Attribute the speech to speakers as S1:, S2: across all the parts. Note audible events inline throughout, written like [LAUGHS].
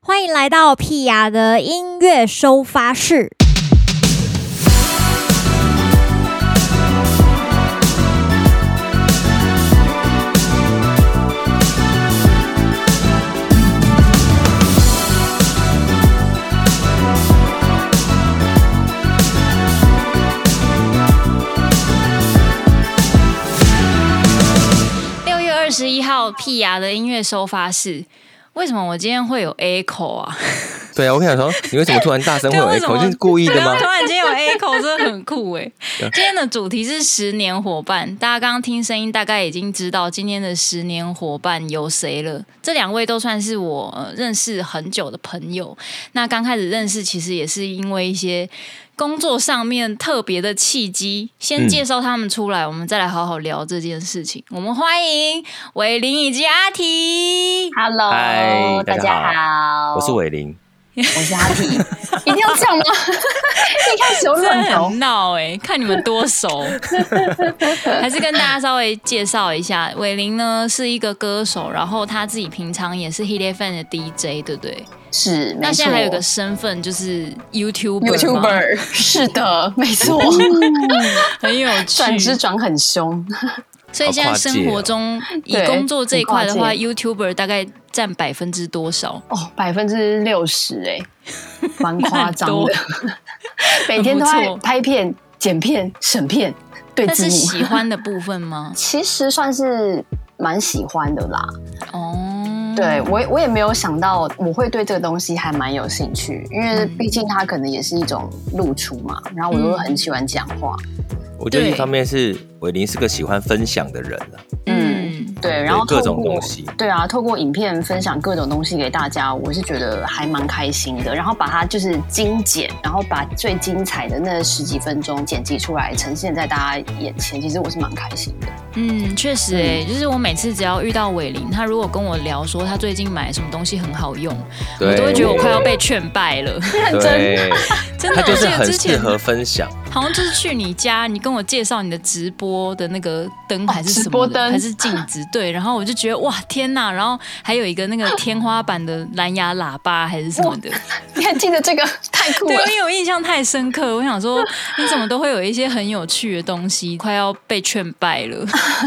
S1: 欢迎来到屁雅的音乐收发室。
S2: 六月二十一号，屁牙的音乐收发室。为什么我今天会有 echo 啊？
S3: 对啊，我想说，你为什么突然大声会
S2: 对，啊
S3: 有
S2: 为什
S3: echo？
S2: 么
S3: 你是故意的
S2: [LAUGHS] 对
S3: 吗
S2: 啊？突然间有 echo，真的很酷
S3: [LAUGHS]
S2: 哎！今天的主题是十年伙伴，大家刚刚听声音，大概已经知道今天的十年伙伴有谁了。这两位都算是我、呃认识很久的朋友。那刚开始认识，其实也是因为一些工作上面特别的契机。先
S3: 嗯
S2: 介绍他们出来，我们再来好好聊这件事情。我们欢迎伟林以及阿提。
S4: Hello，
S3: 嗨
S4: 大
S3: 哎大
S4: 家
S3: 家
S4: 好，
S3: 我是，伟林，
S4: 我是阿 T，一定要这 [LAUGHS] 样吗？一开始就
S2: 真
S4: 乱
S2: 的
S4: 搞
S2: 很，闹哎、看你们多熟。
S4: [LAUGHS]
S2: 还是跟大家稍微介绍一下，伟林呢是一个歌手，然后他自己平常也是 Hit FM 的 DJ，对不对？
S4: 是，
S2: 那
S4: 没
S2: 现在还有一个
S4: 错
S2: 身份就是 YouTuber，嘛
S4: YouTuber，是嗯的，没错，
S2: 很有趣。
S4: 转职转很凶，
S2: 所以现在生活中以
S4: 对
S2: 工作这一块的话
S4: 很跨界
S2: ，YouTuber 大概占百分之多少？
S4: 哦，百分之六十哎，蛮夸张
S2: 很多
S4: 的， [LAUGHS] 每天都
S2: 很
S4: 在
S2: 不错
S4: 拍片、剪片、审片、对
S2: 那
S4: 字
S2: 是
S4: 幕，
S2: 喜欢的部分吗？
S4: 其实算是蛮喜欢的啦。
S2: 哦，
S4: [LAUGHS] 对我也我也没有想到我会对这个东西还蛮有兴趣，因为毕竟它可能也是一种露出嘛，然后我又很喜欢讲话，
S3: 我觉得
S2: 对
S3: 一方面是伟林是个喜欢分享的人啊，
S2: 嗯，
S4: 对，然后
S3: 各
S4: 透
S3: 种
S4: 过
S3: 东西，
S4: 对啊，透过影片分享各种东西给大家，我是觉得还蛮开心的。然后把它就是精简，然后把最精彩的那十几分钟剪辑出来，呈现在大家眼前，其实我是蛮开心的。 [LAUGHS]
S2: 嗯，确实诶、就是我每次只要遇到伟林，他如果跟我聊说他最近买什么东西很好用，
S3: 对，
S2: 我都会觉得我快要被劝败了。
S3: 对，
S2: 真的，
S3: 他
S2: [LAUGHS]
S3: 就是
S2: 我
S3: 很
S2: 记得
S3: 适
S2: 之前
S3: 合分享，
S2: 好像就是去你家，你跟我介绍你的直播的那个灯还是什么的
S4: 哦直播灯
S2: 还是镜子，对，然后我就觉得哇天呐，然后还有一个那个天花板的蓝牙喇叭还是什么的，
S4: 你还记得这个？太酷
S2: 对，
S4: 了！
S2: 因为我印象太深刻，我想说你怎么都会有一些很有趣的东西，快要被劝败了。
S4: [LAUGHS]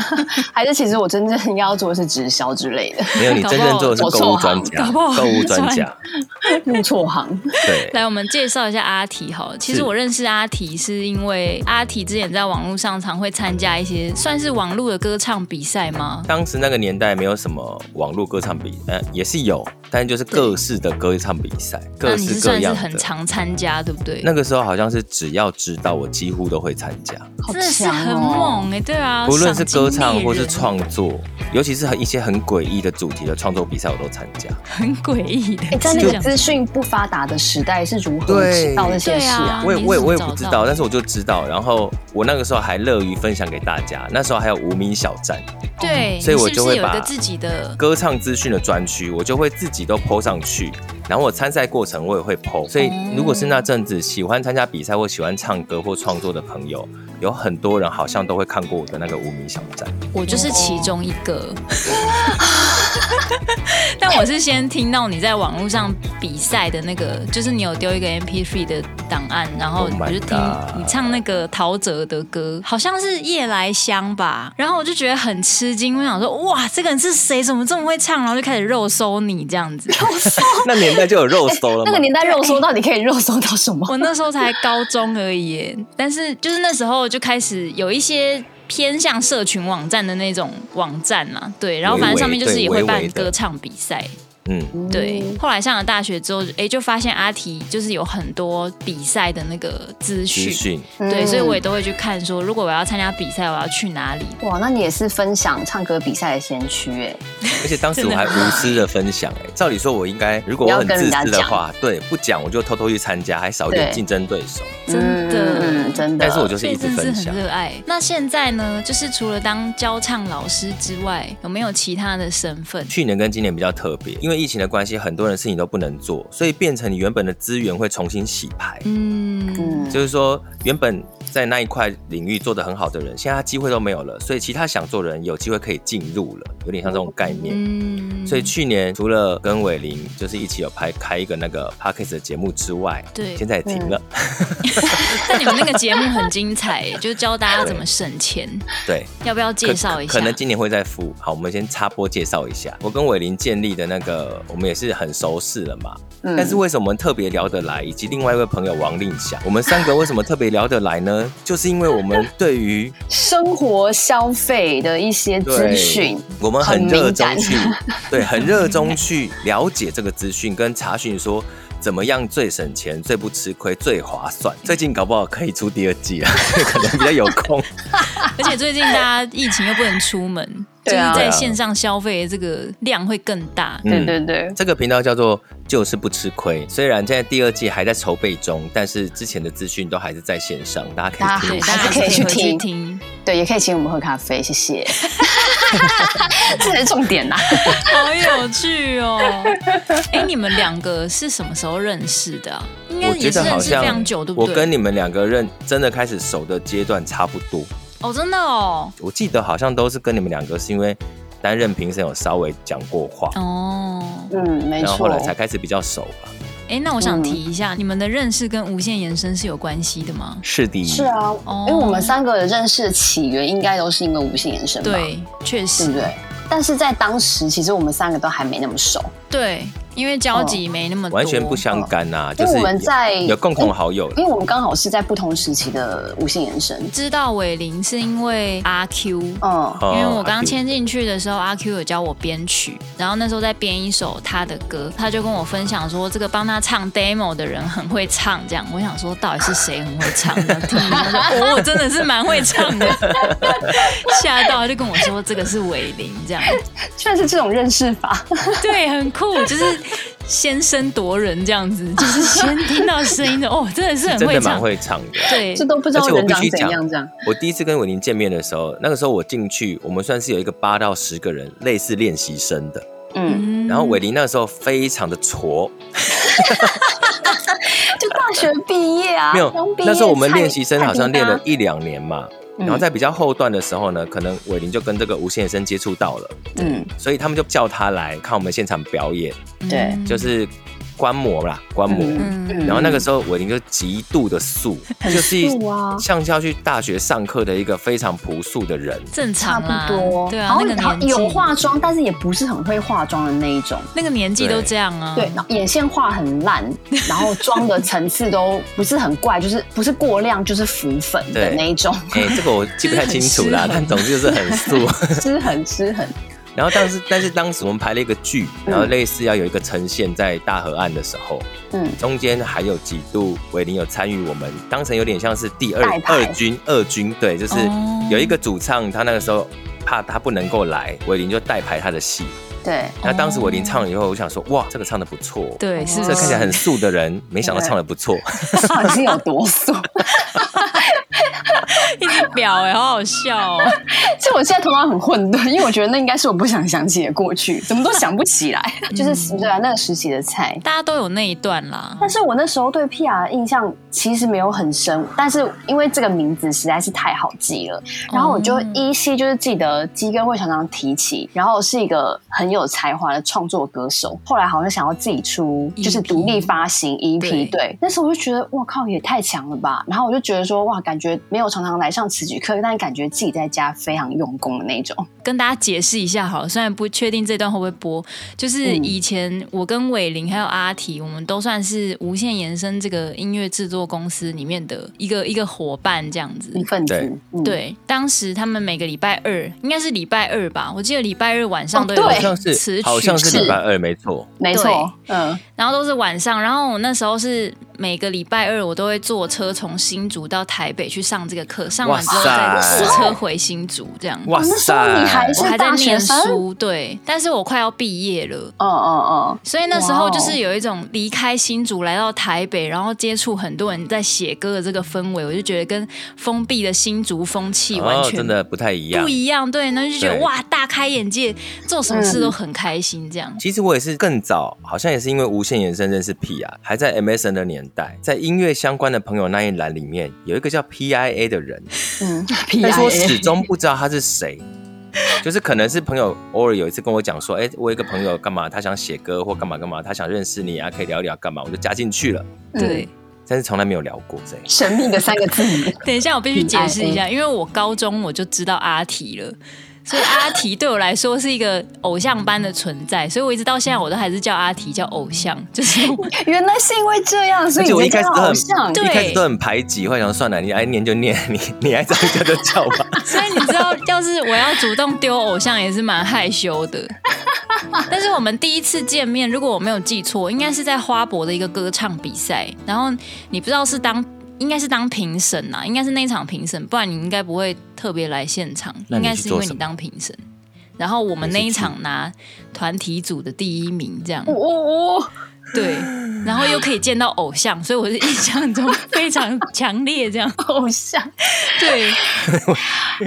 S4: 还是其实我真正要做的是直销之类的，
S3: 没有你真正做的是购物专家，
S2: 搞不好
S3: 购物专家，
S4: 入错行。
S3: 对，
S2: 来，我们介绍一下阿提好了。其实
S3: 是
S2: 我认识阿提是因为阿提之前在网络上常会参加一些算是网络的歌唱比赛吗？
S3: 当时那个年代没有什么网络歌唱比，呃，也是有，但就是各式的歌唱比赛，
S2: 那
S3: 各
S2: 你是
S3: 式各
S2: 算是
S3: 样
S2: 很
S3: 的。
S2: 常参加，对不对？
S3: 那个时候好像是只要知道，我几乎都会参加，
S4: 好
S2: 真的是
S4: 强
S2: 很
S4: 哦
S2: 猛哎、对啊，
S3: 无论是
S2: 赏
S3: 歌唱
S2: 金猎人
S3: 或是创作，尤其是很一些很诡异的主题的创作比赛，我都参加。
S2: 很诡异的，
S4: 哎，在
S2: 是
S4: 那
S2: 这
S4: 个
S2: 样
S4: 资讯不发达的时代，是如何
S3: 对
S4: 知道这些事啊？
S3: 我也
S2: 你是
S3: 我也
S2: 怎么
S3: 我也
S2: 找
S3: 不知
S2: 到
S3: 道，但是我就知道。然后我那个时候还乐于分享给大家。那时候还有无名小站
S2: 嗯对，
S3: 所以
S2: 你
S3: 我
S2: 是
S3: 就
S2: 不是
S3: 会
S2: 有一个
S3: 把
S2: 自己的
S3: 歌唱资讯的专区，我就会自己都 PO 上去。然后我参赛过程我也会
S2: 哦
S3: PO。所以如果是那阵子喜欢参加比赛或喜欢唱歌或创作的朋友，有很多人好像都会看过我的那个无名小
S2: [LAUGHS]
S3: 站。
S2: 我就是其中一个。 [LAUGHS] 但我是先听到你在网络上比赛的那个，就是你有丢一个 MP3 的档案，然后
S3: Oh my
S2: 我就听
S3: God
S2: 你唱那个陶喆的歌，好像是《夜来香》吧，然后我就觉得很吃惊，我想说哇，这个人是谁？怎么这么会唱？然后就开始肉搜你这样子。
S3: 那年代就有肉搜了
S2: 哎
S3: 嘛
S4: 那个？年代肉搜到底可以肉搜到什么？
S2: 啊我那时候才高中而已耶，但是就是那时候就开始有一些偏向社群网站的那种网站嘛，对，然后反正上面就是也会
S3: 微
S2: 办
S3: 微的
S2: 歌唱比赛，
S3: 嗯，
S2: 对
S4: 嗯，。
S2: 后来上了大学之后，哎，就发现阿提就是有很多比赛的那个资
S3: 资
S2: 讯。
S3: 讯。
S2: 对，
S4: 嗯
S2: 所以我也都会去看说，如果我要参加比赛，我要去哪里？
S4: 哇，那你也是分享唱歌比赛的先驱哎，
S3: 而且当时我还无私的分享、欸，照理说我应该，如果
S4: 你
S3: 我
S4: 要
S3: 很
S4: 跟
S3: 自
S4: 人家
S3: 私的话，对，不讲我就偷偷去参加，还少一点
S4: 对
S3: 竞争对手。
S2: 真的
S4: 嗯，真的。
S3: 但是我就是
S2: 所
S3: 一
S2: 以
S3: 直
S2: 真的是
S3: 分
S2: 很
S3: 享，
S2: 热爱。那现在呢，就是除了当教唱老师之外，有没有其他的身份？
S3: 去年跟今年比较特别，因为疫情的关系，很多人事情都不能做，所以变成你原本的资源会重新洗牌。
S2: 嗯，
S4: 嗯，
S3: 就是说，原本在那一块领域做得很好的人，现在他机会都没有了，所以其他想做的人有机会可以进入了。有点像这种概念。
S2: 嗯，
S3: 所以去年除了跟伟林就是一起有拍开一个那个 p o c k e t 的节目之外，
S2: 对
S3: 现在也停了。
S2: 但你们那个节目很精彩耶，就教大家怎么省
S4: [LAUGHS]
S2: 钱，
S3: 对，
S2: 要不要
S3: 可
S2: 介绍一下？
S3: 可能今年会再复。好，我们先插播介绍一下，我跟伟林建立的那个，我们也是很熟识了嘛。
S4: 嗯
S3: 但是为什么特别聊得来，以及另外一位朋友王令祥，我们三个为什么特别聊得来
S4: [LAUGHS]
S3: 呢？就是因为我们对于
S4: 生活消费的一些资讯，
S3: 我们很热衷去
S4: 很敏，
S3: 对，很热衷
S4: [LAUGHS]
S3: 去了解这个资讯，跟查询说怎么样最省钱、最不吃亏、最划算。最近搞不好可以出第二季了， [LAUGHS] 可能比较有
S4: [LAUGHS]
S3: 空。
S2: 而且最近大家疫情又不能出门，就
S4: [LAUGHS] 对
S2: 是
S4: 啊
S2: 在线上消费的这个量会更大。
S3: 嗯
S4: 对对对，
S3: 这个频道叫做“就是不吃亏”，虽然现在第二季还在筹备中，但是之前的资讯都还是在线上，大家
S4: 大
S3: 可
S2: 对，
S3: 以听。
S2: 啊大
S4: 啊还
S2: 家
S4: 是可以去
S2: 回去
S4: 听
S2: 听。
S4: 对，也可以请我们喝咖啡，谢谢。 [LAUGHS] 这才是重点呐、啊
S2: 好有趣
S4: [LAUGHS]
S2: 哦！哎、你们两个是什么时候认识的、啊？应该
S3: 我
S2: 也
S3: 觉
S2: 是
S3: 得好
S2: 认识非常
S3: 像
S2: 久，对不
S3: 我
S2: 对？
S3: 跟你们两个认真的开始熟的阶段差不多。
S2: 哦，真的哦，
S3: 我记得好像都是跟你们两个是因为担任评审有稍微讲过话，
S2: 哦，
S4: 嗯，没
S3: 然后后
S4: 错。
S3: 来才开始比较熟吧。
S2: 哎、那我想
S4: 嗯
S2: 提一下，你们的认识跟无限延伸是有关系的吗？
S3: 是的，
S4: 是啊，
S2: 哦
S4: 因为我们三个认识的起源应该都是因为无性延伸吧，
S2: 对，确
S4: 对不
S2: 实，
S4: 对？但是在当时，其实我们三个都还没那么熟，
S2: 对，因为交集没那么多，
S3: 完全不相干呐、
S4: 因
S3: 就
S4: 为
S3: 是
S4: 我们在
S3: 有共同好友
S4: 因为我们刚好是在不同时期的无性延伸。
S2: 知道伟林是因为阿 Q，
S4: 嗯，
S3: 哦
S2: 因为我
S3: 阿
S2: 刚
S3: Q
S2: 签进去的时候，阿 Q 有教我编曲，然后那时候在编一首他的歌，他就跟我分享说，这个帮他唱 demo 的人很会唱，这样。我想说，到底是谁很会唱？然后听一下说， [LAUGHS] 哦，我真的是蛮会唱的， [LAUGHS] 吓到他就跟我说，这个是伟林这样，
S4: 居然是这种认识法，
S2: 对，很酷，就是先声夺人这样子，就是先听到声音的，哦，真的是很
S3: 真
S2: 会
S3: 的蛮
S2: 唱，
S3: 会唱的。
S2: 对
S4: 这，都不知
S3: 而
S4: 道
S3: 且我
S4: 人
S3: 必
S4: 长
S3: 须
S4: 怎
S3: 讲
S4: 样这样。
S3: 我第一次跟伟林见面的时候，那个时候我进去，我们算是有一个八到十个人类似练习生的。
S4: 嗯，
S2: 嗯
S3: 然后伟林那个时候非常的挫，
S4: 就大学毕业啊，
S3: 没有
S4: 刚毕业
S3: 那时候我们
S4: 菜
S3: 练习生好像练了
S4: 菜
S3: 一两年嘛。
S4: 嗯
S3: 然后在比较后段的时候呢，可能伟林就跟这个无限生接触到了，
S4: 比嗯，
S3: 所以他们就叫他来看我们现场表演，
S4: 对
S2: 嗯
S3: 就是观摩啦，观摩。
S4: 嗯
S2: 嗯
S3: 然后那个时候伟林就极度的素，就是
S4: 素啊
S3: 像是要去大学上课的一个非常朴素的人。
S2: 正
S4: 差
S2: 常啦，
S4: 不多，
S2: 对啊，
S4: 好
S2: 那个
S4: 像好
S2: 年
S4: 像
S2: 纪
S4: 有化妆，但是也不是很会化妆的那一种。嗯
S2: 那个年纪都这样啊，
S4: 对，然后眼线画很 [LAUGHS] 烂，然后妆的层次都不是很怪， [LAUGHS] 就是不是过亮就是浮粉的
S3: 对
S4: 那一
S3: [LAUGHS]
S4: 种，
S3: 哎、这个我记不太清楚啦，
S2: 就是很失衡
S3: 但总之就是很素。
S4: 失衡失衡。
S3: [LAUGHS] 然后但是但是当时我们排了一个剧，然后类似要有一个呈现在大河岸的时候，
S4: 嗯，
S3: 中间还有几度伟林有参与我们，当成有点像是第二
S4: 代排
S3: 二军二军对，就是
S2: 哦
S3: 有一个主唱他那个时候怕他不能够来，伟林就代排他的戏。
S4: 对，
S3: 那当时伟林唱了以后，我想说哇，这个唱的不错，
S2: 对，是不
S3: 这看起来
S2: 是？
S3: 很素的人，没想到唱的不错。
S4: 到底是有多 [LAUGHS] 素？
S2: 一直表哎、好好笑哦。 [LAUGHS]
S4: 其实我现在头脑很混沌，因为我觉得那应该是我不想想起的过去，怎么都想不起来，就是对啊，那个时期的菜。
S2: 大家都有那一段啦，
S4: 但是我那时候对 PR 的印象其实没有很深，但是因为这个名字实在是太好记了，然后我就依稀就是记得鸡哥会常常提起，然后是一个很有才华的创作歌手，后来好像想要自己出
S2: EP
S4: 就是独立发行 EP，
S2: 对
S4: 对那时候我就觉得哇靠也太强了吧，然后我就觉得说哇感觉没有常常来上此举课，但感觉自己在家非常用功的那种，
S2: 跟大家解释一下好了，虽然不确定这段会不会播，就是
S4: 嗯
S2: 以前我跟伟林还有阿提，我们都算是无限延伸这个音乐制作公司里面的一个一个伙伴这样子。
S4: 一份子，
S3: 对
S4: 嗯，
S2: 对，当时他们每个礼拜二，应该是礼拜二吧，我记得礼拜二晚上
S4: 哦
S2: 都
S4: 对
S2: 有
S3: 好像是
S2: 词曲
S3: 好像是
S4: 是
S3: 礼拜二，没错。
S4: 没错，嗯，
S2: 然后都是晚上，然后我那时候是每个礼拜二我都会坐车从新竹到台北去上这个课，上完之后再
S3: 哇塞
S2: 坐车回新竹，这样。
S3: 哇
S4: 哦那时候你还
S2: 我
S4: 是
S2: 还在
S4: 大学
S2: 念
S4: 生，
S2: 书，对，但是我快要毕业了，
S4: 嗯嗯嗯，
S2: 所以那时候就
S4: 哇哦
S2: 是有一种离开新竹来到台北，然后接触很多人在写歌的这个氛围，我就觉得跟封闭的新竹风气完
S3: 哦，
S2: 全
S3: 真的不太一样
S2: 不。一样，对，那就觉得
S3: 对嗯
S2: 哇，大开眼界，做什么事都很开心，这样。
S3: 其实我也是更早，好像也是因为无限延伸认识 P 啊，还在 MSN 的年代，在音乐相关的朋友那一栏里面有一个叫 PIA 的人，
S4: 嗯，
S3: [LAUGHS] 但是我
S4: PIA
S3: 始终不知道他是谁。就是可能是朋友偶尔有一次跟我讲说，哎、我有一个朋友干嘛，他想写歌或干嘛干嘛，他想认识你啊，可以聊一聊干嘛，我就加进去了，
S2: 对，
S3: 但是从来没有聊过这样。
S4: 神秘的三个字，
S2: 等一下我必须解释一下，因为我高中我就知道阿提了。所以阿提对我来说是一个偶像般的存在，所以我一直到现在我都还是叫阿提叫偶像，就是我
S4: 原来是因为这样，所
S3: 而
S4: 以
S3: 且我
S4: 你
S3: 一开
S4: 真
S3: 始
S4: 的
S3: 都
S4: 好
S3: 很
S4: 像
S2: 对
S3: 一开始都很排挤，后来想说算了，你爱念就念，你你爱这样叫就叫吧。
S2: 所以你知道，要是我要主动丢偶像，也是蛮害羞的。但是我们第一次见面，如果我没有记错，应该是在花博的一个歌唱比赛，然后你不知道是当。应该是当评审啊呐，应该是那一场评审，不然你应该不会特别来现场。
S3: 那
S2: 应
S3: 你
S2: 该
S3: 去
S2: 是因
S3: 做
S2: 为你
S3: 什么
S2: 当评审，然后我们
S3: 你是
S2: 那一
S3: 去
S2: 场拿团体组的第一名，这样
S4: 哦哦哦，
S2: 对，然后又可以见到偶像，所以我是印象中非常强烈
S4: [LAUGHS]
S2: 这样。
S3: [LAUGHS]
S4: 偶像。
S2: 对，
S3: 啊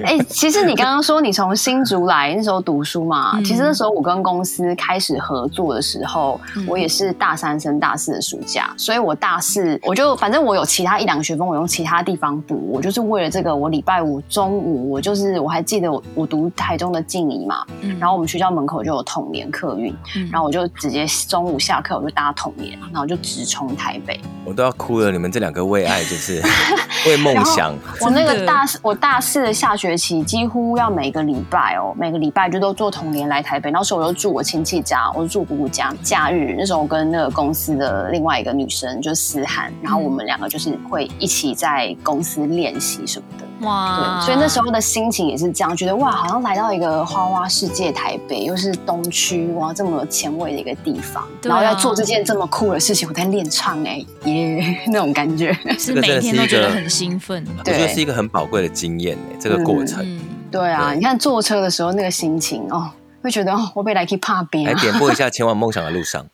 S4: 哎、其实你刚刚说你从新竹来那时候读书嘛，
S2: 嗯
S4: 其实那时候我跟公司开始合作的时候，
S2: 嗯
S4: 我也是大三升大四的暑假，所以我大四我就反正我有其他一两个学分，我用其他地方补，我就是为了这个，我礼拜五中午我就是我还记得我我读台中的静怡嘛，
S2: 嗯
S4: 然后我们学校门口就有统联客运，
S2: 嗯
S4: 然后我就直接中午下课我就搭统联，然后就直冲台北。
S3: 我都要哭了，你们这两个为爱就是
S4: [LAUGHS]
S3: 为梦想，
S4: 我那
S2: 真
S4: 个
S2: 的
S4: 大四，我大四的下学期几乎要每个礼拜哦，每个礼拜就都坐同联来台北。那时候我就住我亲戚家，我就住姑姑家。假日那时候我跟那个公司的另外一个女生就是思涵，然后我们两个就是会一起在公司练习什么的。
S2: 哇，
S4: 对，所以那时候的心情也是这样，觉得哇，好像来到一个花花世界，台北又是东区，哇，这么有前卫的一个地方，
S2: 对啊
S4: 然后要做这件这么酷的事情，我在练唱哎、耶， [LAUGHS] 那种感觉。
S2: 是
S3: 这个真
S2: 每
S3: 的
S2: 天
S3: 是
S2: 都
S3: 一
S2: 觉得
S3: 个
S2: 很兴奋。
S3: 我
S4: 对
S3: 觉得是一个很宝贵的经验呢、这个过程。
S2: 嗯，
S4: 对啊，
S3: 对
S4: 你看坐车的时候那个心情哦，会觉得哦，我被来去怕
S3: 来
S4: 边啊，
S3: 点播一下《前往梦想的路上》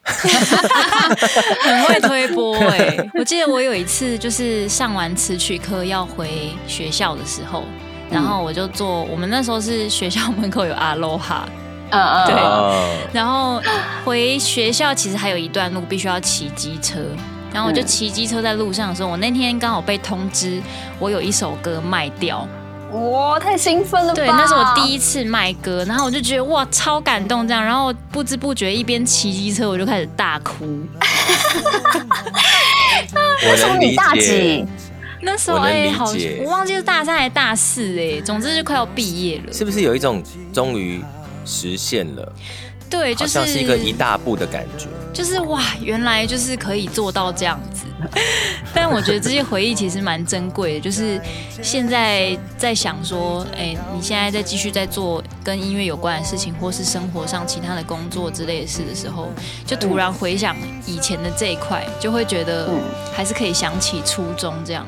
S2: 很会 [LAUGHS] 推波哎、我记得我有一次就是上完词曲课要回学校的时候，然后我就坐，我们那时候是学校门口有阿罗 [LAUGHS] 哈，
S3: 哎
S4: 嗯嗯，
S2: 对
S4: 嗯
S3: 哦，
S2: 然后回学校其实还有一段路必须要骑机车。然后我就
S4: 嗯
S2: 骑机车在路上的时候，我那天刚好被通知我有一首歌卖掉，
S4: 哇，太兴奋了吧！
S2: 对，那是我第
S4: 一，
S2: 一次卖歌，然后我就觉得哇超感动这样，然后不知不觉一边骑机车我就开始大哭，
S3: 我
S4: 从
S3: 能
S4: 你
S3: 理
S4: 大
S3: 解
S4: 几，，
S2: 那时候
S3: 我能
S2: 哎、
S3: 理
S2: 好，
S3: 解
S2: 我忘记是大三还是大四哎、总之就快要毕业了。
S3: 是不是有一种终于实现了，
S2: 对，就
S3: 好像是一个一大步的感觉。
S2: 就是哇，原来就是可以做到这样子。 [LAUGHS] 但我觉得这些回忆其实蛮珍贵的，就是现在在想说，哎、你现在在继续在做跟音乐有关的事情，或是生活上其他的工作之类的事的时候，就突然回想以前的这一块，就会觉得
S4: 嗯
S2: 还是可以想起初衷这样。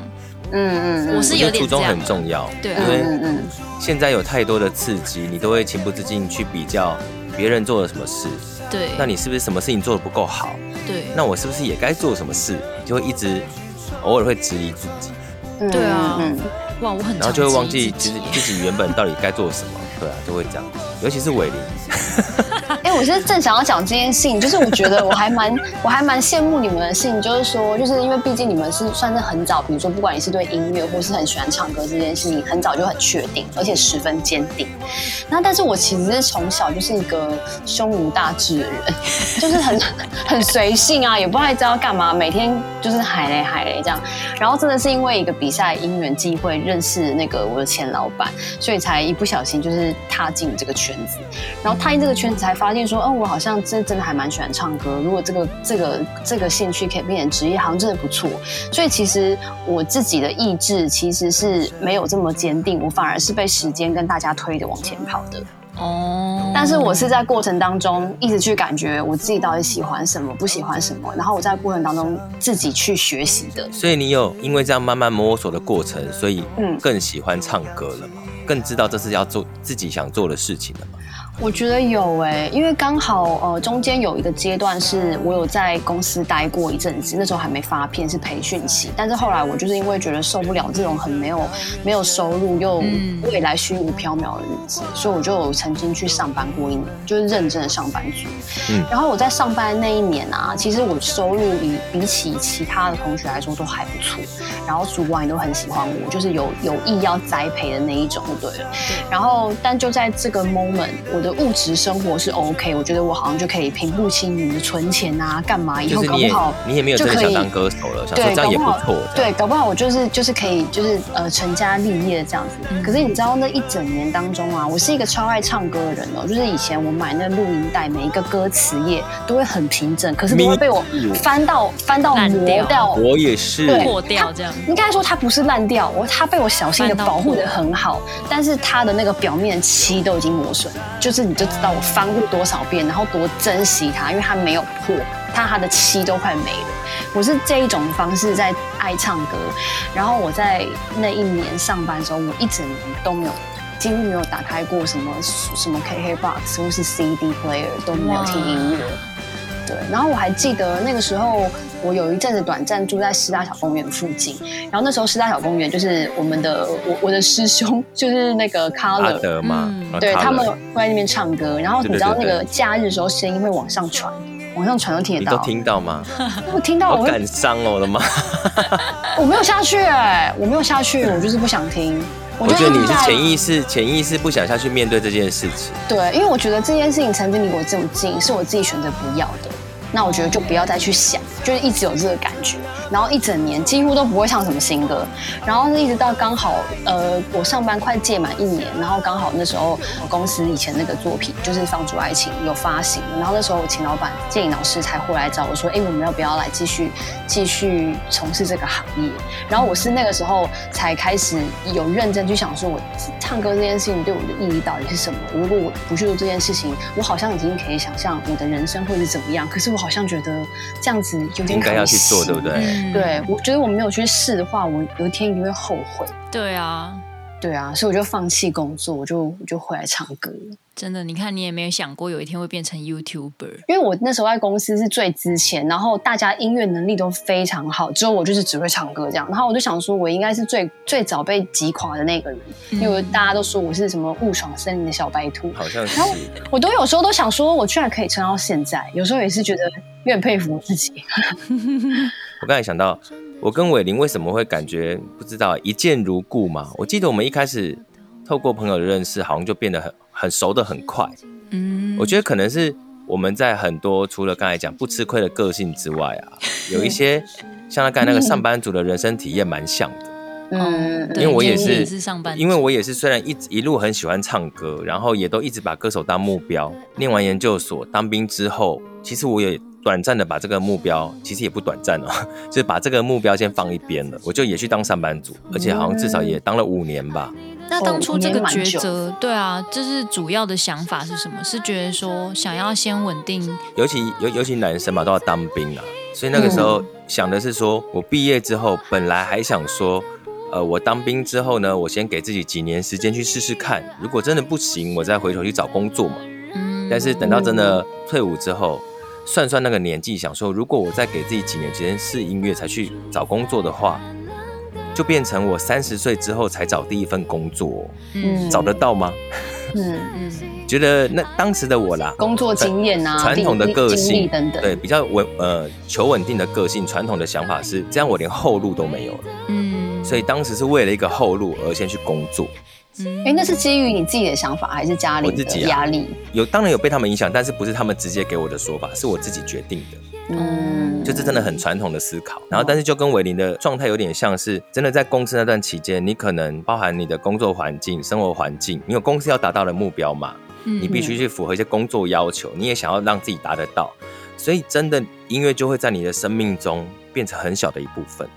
S4: 嗯嗯嗯，
S2: 我是有
S3: 我觉
S2: 点
S3: 得初
S2: 这
S3: 衷
S2: 样
S3: 很，重要，
S2: 对啊
S3: 因为
S4: 嗯嗯嗯，
S3: 现在有太多的刺激，你都会情不自禁去比较别人做了什么事，
S2: 对
S3: 那你是不是什么事情做的不够好？
S2: 对。
S3: 那我是不是也该做什么事？你就会一直偶尔会质疑自己，
S4: 嗯
S2: 对啊
S4: 嗯嗯
S2: 哇，我很
S3: 然后就会忘记
S2: 自
S3: 自
S2: 己
S3: 己自己原本到底该做什么。对啊，就会这样。尤其是伟林，
S4: 哎、我是正想要讲这件事情，就是我觉得我还蛮我还蛮羡慕你们的事情，就是说，就是因为毕竟你们是算是很早，比如说不管你是对音乐或是很喜欢唱歌这件事情，很早就很确定，而且十分坚定。那但是我其实是从小就是一个胸无大志的人，就是很 [LAUGHS] 很随性啊，也不太知道干嘛，每天就是海嘞海嘞这样。然后真的是因为一个比赛因缘际会认识那个我的前老板，所以才一不小心就是踏进这个圈子。然后踏进这个圈子才发现说，哦，我好像真真的还蛮喜欢唱歌。如果这个这个这个兴趣可以变成职业，好像真的不错。所以其实我自己的意志其实是没有这么坚定，我反而是被时间跟大家推着往前跑的。
S2: 哦，
S4: 但是我是在过程当中一直去感觉我自己到底喜欢什么，不喜欢什么，然后我在过程当中自己去学习的。
S3: 所以你有因为这样慢慢摸索的过程，所以
S4: 嗯
S3: 更喜欢唱歌了吗？更知道这是要做自己想做的事情了吗？
S4: 我觉得有哎、因为刚好呃中间有一个阶段是我有在公司待过一阵子，那时候还没发片，是培训期。但是后来我就是因为觉得受不了这种很没有没有收入又
S2: 嗯
S4: 未来虚无缥缈的日子，所以我就有曾经去上班过一年，就是认真的上班族。
S3: 嗯
S4: 然后我在上班那一年啊，其实我收入比比起其他的同学来说都还不错，然后主管也都很喜欢我，就是有有意要栽培的那一种，就对了。然后，但就在这个 moment，我的物质生活是 OK，我觉得我好像就可以平步青云的存钱啊，干嘛？以
S3: 就
S4: 后
S3: 是
S4: 搞
S3: 你
S4: 不
S3: 也
S4: 好
S3: 你也没有
S4: 就
S3: 真的
S4: 可
S3: 想
S4: 以
S3: 当歌手了，想说
S4: 对，
S3: 这样
S4: 搞
S3: 也
S4: 不
S3: 不
S4: 好
S3: 错。这样
S4: 对，搞不好我就是就是可以就是呃成家立业这样子。
S2: 嗯
S4: 可是你知道那一整年当中啊，我是一个超爱唱歌的人哦，就是以前我买那录音带，每一个歌词页都会很平整，可是都会被我
S3: 迷路
S4: 翻到翻到
S2: 烂掉
S4: 磨掉。
S3: 我也是，
S4: 对
S2: 破掉这样。
S4: 应该说它不是烂掉，我它被我小心的
S2: 翻到
S4: 保护的
S2: 破
S4: 很好，但是它的那个表面漆都已经磨损，就是你就知道我翻过多少遍，然后多珍惜它，因为它没有破，它它的漆都快没了。我是这一种方式在爱唱歌，然后我在那一年上班的时候，我一整年都没有。几乎没有打开过什么什么 KKBOX 或是 CD player 都没有听音乐，对。然后我还记得那个时候，我有一阵子短暂住在师大小公园附近，然后那时候师大小公园就是我们的我我的师兄，就是那个
S3: 阿
S4: Color，
S3: 德嘛
S2: 嗯，
S3: 然后
S4: 对
S3: 卡
S4: 他们
S3: 了
S4: 会在那边唱歌，然后你知道那
S3: 对对对
S4: 个假日的时候声音会往上传，往上传都听
S3: 你
S4: 得
S3: 都
S4: 到。
S3: 听到吗？
S4: 我听到我
S3: 好
S4: 会
S3: 感伤哦，我的妈！
S4: 我没有下去哎、我没有下去，我就是不想听。我
S3: 我觉得
S4: 一
S3: 你
S4: 直
S3: 是
S4: 在
S3: 潜意识，潜意识不想下去面对这件事情。
S4: 对，因为我觉得这件事情曾经离我这么近，是我自己选择不要的。那我觉得就不要再去想，就是一直有这个感觉，然后一整年几乎都不会唱什么新歌，然后一直到刚好呃我上班快届满一年，然后刚好那时候我公司以前那个作品就是《放逐爱情》有发行，然后那时候我秦老板建颖老师才回来找我说，哎，我们要不要来继续 [LAUGHS] 继续从事这个行业？然后我是那个时候才开始有认真去想，说我唱歌这件事情对我的意义到底是什么？如果我不去做这件事情，我好像已经可以想象我的人生会是怎么样。可是我好像觉得这样子有点
S3: 应该要去做，
S4: 可惜
S3: 对不？对？
S2: 嗯
S4: 对，我觉得我没有去试的话，我有一天一定会后悔。
S2: 对啊，
S4: 对啊，所以我就放弃工作，我就我就回来唱歌了。
S2: 真的，你看你也没有想过有一天会变成 YouTuber。
S4: 因为我那时候在公司是最之前，然后大家音乐能力都非常好，只有我就是只会唱歌这样。然后我就想说，我应该是最最早被击垮的那个人，
S2: 嗯
S4: 因为大家都说我是什么误闯森林的小白兔。
S3: 好像是
S4: 然后我都有时候都想说，我居然可以撑到现在，有时候也是觉得有点佩服我自己。
S3: 我刚才想到，我跟伟玲为什么会感觉不知道一见如故嘛？我记得我们一开始透过朋友的认识，好像就变得很很熟的很快。
S2: 嗯
S3: 我觉得可能是我们在很多除了刚才讲不吃亏的个性之外啊，有一些像他刚才那个上班族的人生体验蛮像的，
S4: 嗯，
S2: 对
S3: 因为我也
S2: 就是你是上班族
S3: 因为我也是虽然一直一路很喜欢唱歌，然后也都一直把歌手当目标。念完研究所当兵之后，其实我也短暂的把这个目标，其实也不短暂哦， [LAUGHS] 就是把这个目标先放一边了，我就也去当上班族，而且好像至少也当了五年吧。
S2: 那当初这个
S4: 哦五年蛮
S2: 抉
S4: 久
S2: 择，对啊，就是主要的想法是什么？是觉得说想要先稳定，
S3: 尤其尤尤其男生嘛，都要当兵啊，所以那个时候想的是说，我毕业之后，本来还想说，呃，我当兵之后呢，我先给自己几年时间去试试看，如果真的不行，我再回头去找工作嘛。
S2: 嗯，
S3: 但是等到真的退伍之后，算算那个年纪，想说，如果我再给自己几年时间试音乐才去找工作的话，就变成我三十岁之后才找第一份工作哦、
S2: 嗯
S3: 找得到吗？
S4: 嗯，
S2: 嗯
S3: 觉得那当时的我啦，
S4: 工作经验啊，
S3: 传统的
S4: 历
S3: 个
S4: 经历
S3: 性
S4: 等等，
S3: 对，比较稳呃求稳定的个性，传统的想法是这样，我连后路都没有了，
S2: 嗯，
S3: 所以当时是为了一个后路而先去工作，
S2: 以
S4: 哎，那是基于你自己的想法，还是家里
S3: 我自
S4: 的
S3: 己啊
S4: 压力？
S3: 有当然有被他们影响，但是不是他们直接给我的说法，是我自己决定的，
S2: 哦
S4: 嗯，
S3: 就这真的很传统的思考。然后，但是就跟伟林的状态有点像是，真的在公司那段期间，你可能包含你的工作环境、生活环境，你有公司要达到的目标嘛，你必须去符合一些工作要求，你也想要让自己达得到，所以真的音乐就会在你的生命中变成很小的一部分。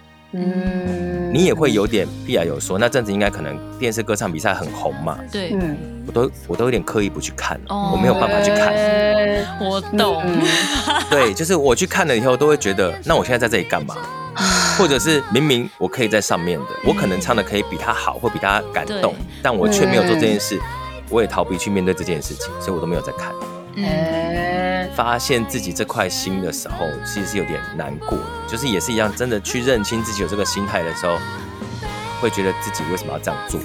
S4: 嗯
S3: 你也会有点必然有说，那阵子应该可能电视歌唱比赛很红嘛，
S2: 对，
S4: 嗯，
S3: 我都我都有点刻意不去看了，
S2: 哦
S3: 我没有办法去看。
S4: 看。
S2: 我懂，
S4: 嗯
S3: [LAUGHS] 对，就是我去看了以后，都会觉得，那我现在在这里干嘛？
S2: 啊
S3: 或者是明明我可以在上面的，我可能唱的可以比他好，或比他感动
S2: 对，
S3: 但我却没有做这件事。我也逃避去面对这件事情，所以我都没有在看。
S2: 嗯，
S4: 哎、
S3: 发现自己这块心的时候，其实是有点难过的，就是也是一样，真的去认清自己有这个心态的时候，会觉得自己为什么要这样做？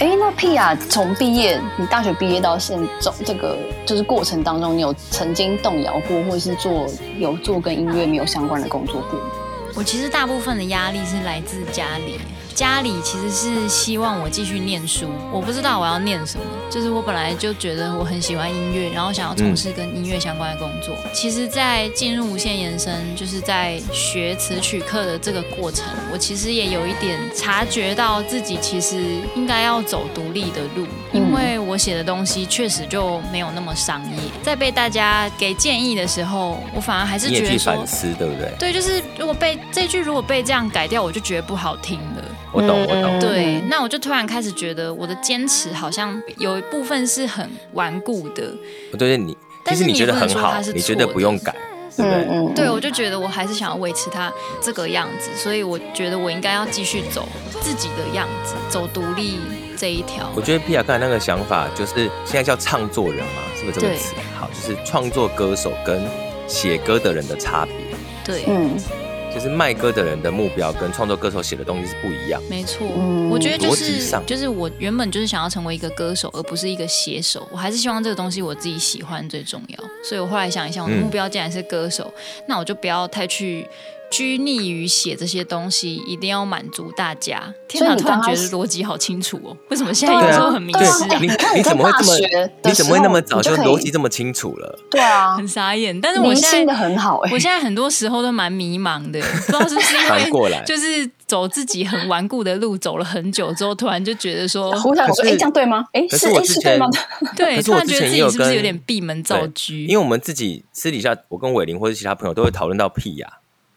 S4: 哎，那 P 亚从毕业，你大学毕业到现中这个就是过程当中，你有曾经动摇过，或是做有做跟音乐没有相关的工作过吗？
S2: 我其实大部分的压力是来自家里，家里其实是希望我继续念书，我不知道我要念什么，就是我本来就觉得我很喜欢音乐，然后想要从事跟音乐相关的工作。其实，在进入无限延伸，就是在学词曲课的这个过程，我其实也有一点察觉到自己其实应该要走独立的路，因
S4: 嗯
S2: 为。因为我写的东西确实就没有那么商业，在被大家给建议的时候，我反而还是
S3: 你也
S2: 觉得
S3: 去
S2: 说
S3: 反，思，对不对？
S2: 对，就是如果被这句如果被这样改掉，我就觉得不好听了。
S3: 我懂，我
S4: 嗯
S3: 懂。
S2: 对，那我就突然开始觉得我的坚持好像有一部分是很顽固的，
S3: 我对你，其
S2: 但
S3: 实
S2: 是
S3: 你觉得很
S2: 你也不能说
S3: 好
S2: 它是，
S3: 你觉得不用改，对不对？
S4: 嗯
S2: 对，我就觉得我还是想要维持它这个样子，所以我觉得我应该要继续走自己的样子，走独立这一条。
S3: 我觉得皮亚刚才那个想法，就是现在叫唱作人嘛，是不是这个词？好，就是创作歌手跟写歌的人的差别，
S2: 对，
S4: 嗯
S3: 就是卖歌的人的目标跟创作歌手写的东西是不一样。
S2: 没错，
S4: 嗯
S2: 我觉得就
S3: 逻辑
S2: 是
S3: 上
S2: 就是我原本就是想要成为一个歌手，而不是一个写手。我还是希望这个东西我自己喜欢最重要。所以我后来想一想，我的
S3: 嗯
S2: 目标既然是歌手，那我就不要太去拘泥于写这些东西，一定要满足大家。天
S4: 所以
S2: 哪，
S4: 你
S2: 突然
S4: 刚开
S2: 觉
S4: 始
S2: 得逻辑好清楚哦，为什么现在
S4: 对
S2: 有
S4: 啊
S2: 时候很明
S4: 对啊
S2: 晰
S3: 对，？
S4: 哎
S3: 你
S4: 看你
S3: 你怎么会这么
S4: 在大学的时，候
S3: 你怎么会那么早就
S4: 你就可以
S3: 逻辑这么清楚了？
S4: 对啊
S2: 很，傻眼，但是我
S4: 明
S2: 现
S4: 星的
S2: 在。
S4: 很好哎、
S2: 我现在很多时候都蛮迷茫的，不知道是不是
S3: [LAUGHS]
S2: 因
S3: 反过
S2: 为
S3: 来
S2: 就是走自己很顽固的路，走了很久之后，突然就觉得说，
S4: 胡想说，
S3: 可
S4: 哎、
S3: 是
S4: 这样对吗？哎、
S3: 可
S4: 是
S3: 是我
S4: 哎
S3: 之
S4: 是对
S3: 前
S4: 吗？
S2: [LAUGHS] 对，
S3: 可是
S2: 突
S3: 我
S2: 然
S3: 之
S2: 觉得
S3: 前
S2: 自
S3: 也有
S2: 己是不是
S3: 跟
S2: 有点闭门造车？
S3: 因为我们自己私底下，我跟伟林或者其他朋友都会讨论到屁呀、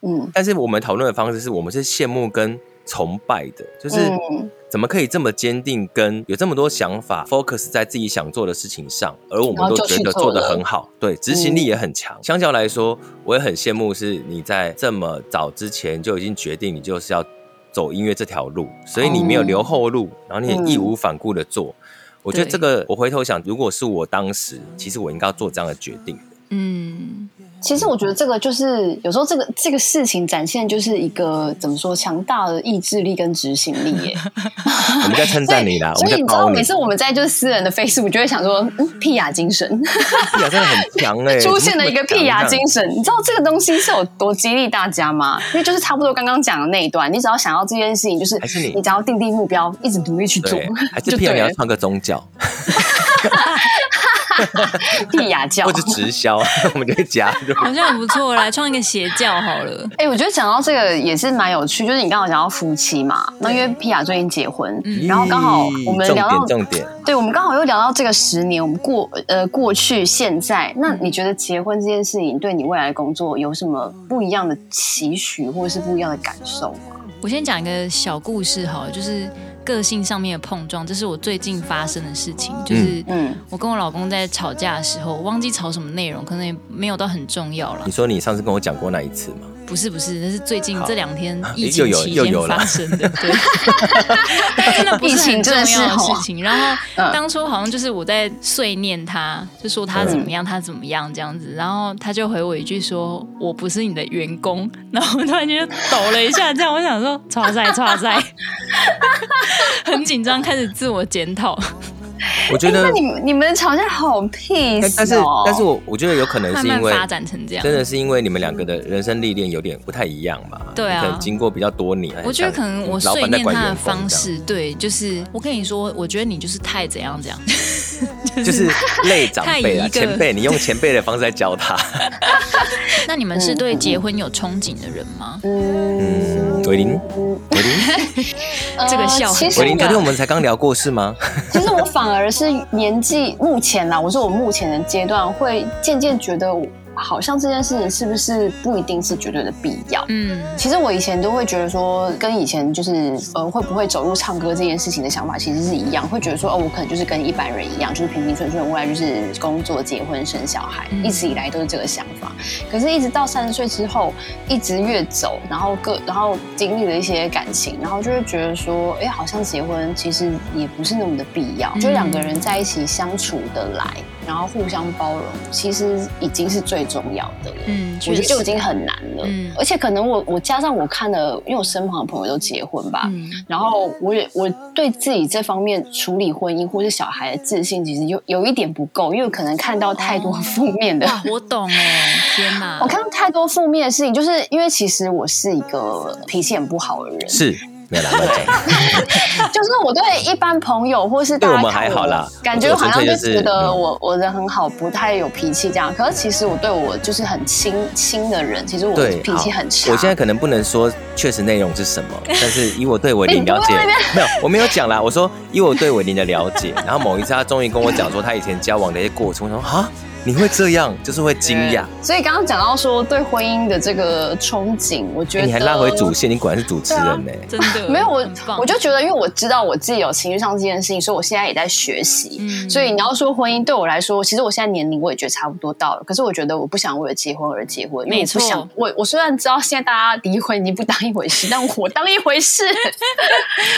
S4: 嗯
S3: 但是我们讨论的方式是我们是羡慕跟崇拜的，就是
S4: 嗯
S3: 怎么可以这么坚定，跟有这么多想法，focus 在自己想做的事情上，而我
S4: 然
S3: 们
S4: 后
S3: 都
S4: 就
S3: 觉
S4: 去
S3: 得
S4: 做
S3: 做得
S4: 了嗯
S3: 很好，对，执行力也很强。相较来说，我也很羡慕是你在这么早之前就已经决定你就是要走音乐这条路，所以你没有留后路，
S4: 嗯
S3: 然后你也义无反顾的做。我觉得
S2: 对
S3: 这个，我回头想，如果是我当时，其实我应该要做这样的决定。
S2: 嗯，
S4: 其实我觉得这个就是有时候这个这个事情展现就是一个怎么说强大的意志力跟执行力
S3: [LAUGHS]
S4: 耶。
S3: 我们在称赞你啦，我
S4: [LAUGHS] 所
S3: 们
S4: 以
S3: 在
S4: 你知道
S3: 包你
S4: 每。次我们在就是私人的 Facebook 就会想说，嗯，屁雅精神
S3: 屁雅真的很强
S2: [LAUGHS]
S3: 哎、
S4: [LAUGHS] 出现了一个屁雅
S3: 精。
S4: 精神，你知道这个东西是有多激励大家吗？因为就是差不多刚刚讲的那一段，你只要想要这件事情，就是
S3: 还是你
S4: 只要定定目标，一直努力去做
S3: 对，还，是
S4: [LAUGHS] 就
S3: 屁雅
S4: 对
S3: 你
S4: 了
S3: 要。创个
S2: [LAUGHS]
S3: 宗教，
S4: 屁雅教
S3: [LAUGHS] 或。者直销，我们就会加入。
S2: 好像很不错，来创一个邪教好了。
S4: 哎、我觉得讲到这个也是蛮有趣，就是你刚好讲到夫妻嘛，那因为皮雅最近结婚，
S2: 嗯
S4: 然后刚好我们
S3: 重
S4: 聊到
S3: 点重点，
S4: 对，我们刚好又聊到这个十年，我们过呃过去现在，那
S2: 嗯
S4: 你觉得结婚这件事情对你未来的工作有什么不一样的期许，或者是不一样的感受吗？
S2: 我先讲一个小故事好了，就是个性上面的碰撞，这是我最近发生的事情，就是
S4: 嗯
S2: 我跟我老公在吵架的时候，我忘记吵什么内容，可能也没有到很重要了
S3: 你。说你上次跟我讲过那一次吗？
S2: 不是不是，这是最近
S3: 好啊
S2: 这两天
S3: 又
S2: 疫情
S3: 有
S2: 期
S3: 又
S2: 间
S3: 有了
S2: 发生的，
S3: [LAUGHS]
S2: 对，但真的不是哦很重要的事情。然后
S4: 嗯
S2: 当初好像就是我在碎念他，就说他怎么样，他怎么样这样子，然后他就回我一句说：“我不是你的员工。” [LAUGHS] 然后我突然间就抖了一下，这样我想说：“哇塞哇塞！” [LAUGHS] 很紧张，开始自我检讨。
S3: 我
S2: 哎
S3: 觉
S4: 哎那
S3: 得，
S4: 你们你们的吵架好 peace
S3: 但
S4: 哦，
S3: 但是但是我我觉得有可能
S2: 慢
S3: 是因
S2: 慢
S3: 为
S2: 发展成这样
S3: 真。的是因为你们两个的人生历练有点不太一样嘛。
S2: 对啊
S3: 你可能经过比较多年，
S2: 我觉得可能我
S3: 老
S2: 碎
S3: 板在
S2: 念
S3: 管
S2: 他的
S3: 员工
S2: 方式，对，就是我跟你说，我觉得你就是太怎样怎样，
S3: 这
S2: [LAUGHS]
S3: 样，就是累长辈
S2: 太
S3: 啊，
S2: 一个
S3: 前辈，你用前辈的方式在教他。
S2: [LAUGHS] 那你们
S4: 嗯
S2: 是对结婚有憧憬的人吗？
S3: 嗯，伟林，伟林，
S4: 呃
S2: 这个笑
S4: 其实
S3: 伟林，昨天我
S4: 我
S3: 们才刚聊过是吗？
S4: [LAUGHS] 其实我反而是年纪目前啦，我说我目前的阶段会渐渐觉得我好像这件事情是不是不一定是绝对的必要？
S2: 嗯，
S4: 其实我以前都会觉得说，跟以前就是呃会不会走入唱歌这件事情的想法其实是一样，会觉得说哦，我可能就是跟一般人一样，就是平平顺顺，未来就是工作、结婚、生小孩，
S2: 嗯
S4: 一直以来都是这个想法。可是，一直到三十岁之后，一直越走，然后各然后经历了一些感情，然后就会觉得说，哎，好像结婚其实也不是那么的必要，
S2: 嗯
S4: 就两个人在一起相处得来，然后互相包容，其实已经是最重要的了。
S2: 嗯，
S4: 我
S2: 确
S4: 觉得
S2: 实
S4: 就已经很难了。
S2: 嗯
S4: 而且可能我我加上我看了，因为我身旁的朋友都结婚吧，
S2: 嗯
S4: [LAUGHS] 然后我也我对自己这方面处理婚姻或是小孩的自信，其实有有一点不够，因为我可能看到太多负面的。
S2: 哇，我懂哎，天哪
S4: [LAUGHS] 我！看到太多负面的事情，就是因为其实我是一个脾气很不好的人，
S3: 是没有啦，乱讲。
S4: 就是我对一般朋友或是大
S3: 对
S4: 家
S3: 我们
S4: 看
S3: 还好啦
S4: 感觉好像就觉得
S3: 我
S4: 我我人很好，不太有脾气这样。可是其实我对我就是很亲亲的人，其实我
S3: 对，
S4: 脾气
S3: 好
S4: 很差。
S3: 我现在可能不能说确实内容是什么，但是以我对伟林了解，没有，我没有讲啦。我说以我对伟林的了解，然后某一次他终于跟我讲说他以前交往的一些过程，我想说啊，你会这样，就是会惊讶。
S4: 所以刚刚讲到说对婚姻的这个憧憬，我觉
S3: 哎
S4: 得、
S3: 你还拉回主线，你果然是主持人呢、
S2: 真的
S4: 没有我
S2: 很棒，
S4: 我就觉得，因为我知道我自己有情绪上这件事情，所以我现在也在学习。
S2: 嗯
S4: 所以你要说婚姻对我来说，其实我现在年龄我也觉得差不多到了，可是我觉得我不想为了结婚而结婚，因
S2: 没
S4: 为我不
S2: 错
S4: 想我我虽然知道现在大家离婚已经不当一回事，但我当一回事。
S2: [LAUGHS]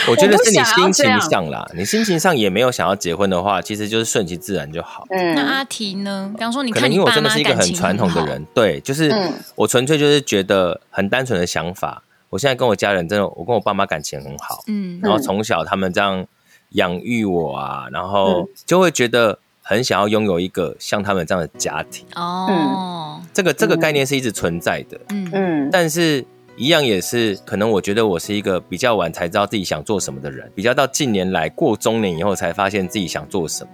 S3: 我觉得
S4: 我不
S3: 是你
S4: 想要
S3: 心
S4: 这
S3: 情
S4: 样
S3: 上啦，你心情上也没有想要结婚的话，其实就是顺其自然就好。
S2: 那啊
S4: 嗯，
S2: 阿提呢？刚说你
S3: 可
S2: 看
S3: 能
S2: 你
S3: 因为我
S2: 爸
S3: 真的
S2: 妈
S3: 是一个
S2: 感
S3: 很
S2: 情
S3: 传统的
S2: 好，
S3: 人，对，就是
S4: 嗯
S3: 我纯粹就是觉得很单纯的想法。我现在跟我家人真的，我跟我爸妈感情很好，
S2: 嗯
S3: 然后从小他们这样养育我啊，然后
S4: 嗯
S3: 就会觉得很想要拥有一个像他们这样的家庭。
S2: 哦，
S3: 这个这个
S4: 嗯
S3: 概念是一直存在的，
S2: 嗯
S4: 嗯
S3: 但是一样也是可能，我觉得我是一个比较晚才知道自己想做什么的人，比较到近年来过中年以后才发现自己想做什么。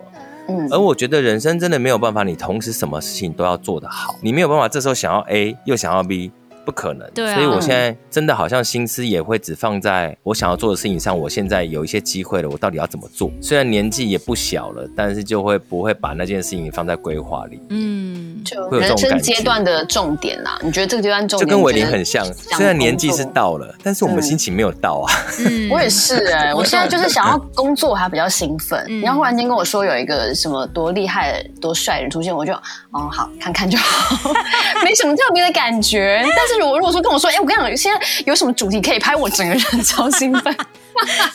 S4: 嗯
S3: 而我觉得人生真的没有办法，你同时什么事情都要做得好，你没有办法这时候想要 A 又想要 B，不可能。
S2: 对啊
S3: 所以我现在真的好像心思也会只放在我想要做的事情上。我现在有一些机会了，我到底要怎么做？虽然年纪也不小了，但是就会不会把那件事情放在规划里。
S2: 嗯，
S4: 就
S3: 会有这
S4: 人
S3: 种
S4: 生
S3: 感觉
S4: 阶段的重点啦，你觉得这个阶段重
S3: 就
S4: 点
S3: 跟伟
S4: 你
S3: 林
S4: 觉得
S3: 很像，
S4: 想
S3: 虽然年纪
S4: 工
S3: 是
S4: 作
S3: 到了，但是我们
S4: 嗯
S3: 心情没有到啊。
S2: 嗯
S4: [LAUGHS] 我也是
S2: [LAUGHS]
S4: 哎、我现在就是想要工作还比较兴奋。
S2: 嗯
S4: 你要忽然间跟我说有一个什么多厉害、多帅的人出现，我就哦好看看就好， [LAUGHS] 没什么特别的
S2: [LAUGHS]
S4: 感觉。但是如果如果说跟我说，哎、我跟你讲，现在有什么主题可以拍，我整个人超兴
S2: [LAUGHS]
S4: 奋，
S2: 嗯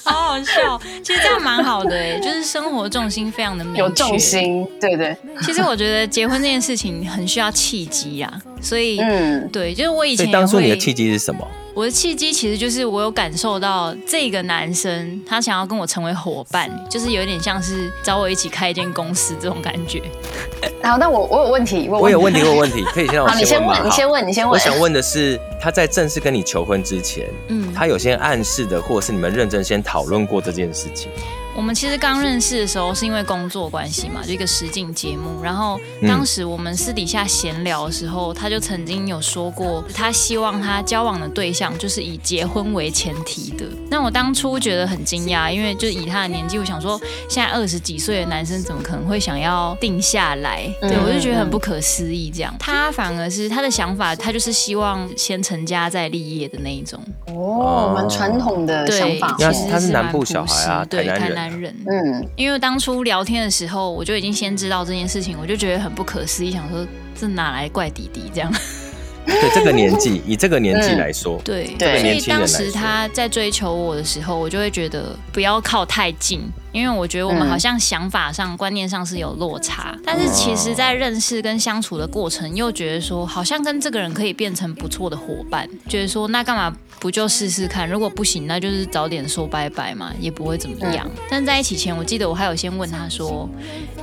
S2: 好好笑。其实这样蛮好的哎，就是生活重心非常的明
S4: 有重
S2: 确。
S4: 心，对对，
S2: 其实我觉得结婚这件事情很需要契机啊，所以。
S4: 嗯
S2: 对，就是我以
S3: 所
S2: 前
S3: 以当初
S2: 也
S3: 你的
S2: 会
S3: 契机是什么？
S2: 我的契机其实就是我有感受到这个男生他想要跟我成为伙伴，就是有点像是找我一起开一间公司这种感觉。
S4: 然后但我我有问题，我
S3: 我有
S4: 问
S3: 问题，我有问题，可以先让我
S4: 好，你先
S3: 问吗？
S4: 问，你先
S3: 好
S4: 问，你先
S3: 我
S4: 问。
S3: 想问的是，他在正式跟你求婚之前，
S2: 嗯，
S3: 他有些暗示的，或者是你们认真先讨论过这件事
S2: [LAUGHS]
S3: 情。
S2: 我们其实刚认识的时候是因为工作关系嘛，就一个实境节目。然后当时我们私底下闲聊的时候，他就曾经有说过，他希望他交往的对象就是以结婚为前提的。那我当初觉得很惊讶，因为就以他的年纪，我想说现在二十几岁的男生怎么可能会想要定下来？对
S4: 嗯
S2: 我就觉得很不可思议。这样，他反而是他的想法，他就是希望先成家再立业的那一种。
S4: 哦，蛮传统的
S2: 对，
S4: 想法
S3: 因为他
S2: 其
S3: 是
S2: 实
S3: 他是南
S2: 蛮
S3: 部
S2: 朴
S3: 小孩啊
S2: 实对，
S3: 台南
S2: 台
S3: 人
S2: 南人。
S4: 嗯，
S2: 因为当初聊天的时候，我就已经先知道这件事情，我就觉得很不可思议，想说这哪来怪弟弟这样？
S3: 对这个年纪，以这个年纪来说，
S2: 对，
S4: 对
S2: 所
S3: 年
S2: 以
S3: 轻人
S2: 当
S3: 来说
S2: 时他在追求我的时候，我就会觉得不要靠太近，因为我觉得我们
S4: 嗯
S2: 好像想法上、观念上是有落差，但是其实在认识跟相处的过程，又觉得说好像跟这个人可以变成不错的伙伴，觉得说那干嘛不就试试看？如果不行，那就是早点说拜拜嘛，也不会怎么样。但在一起前，我记得我还有先问他说：“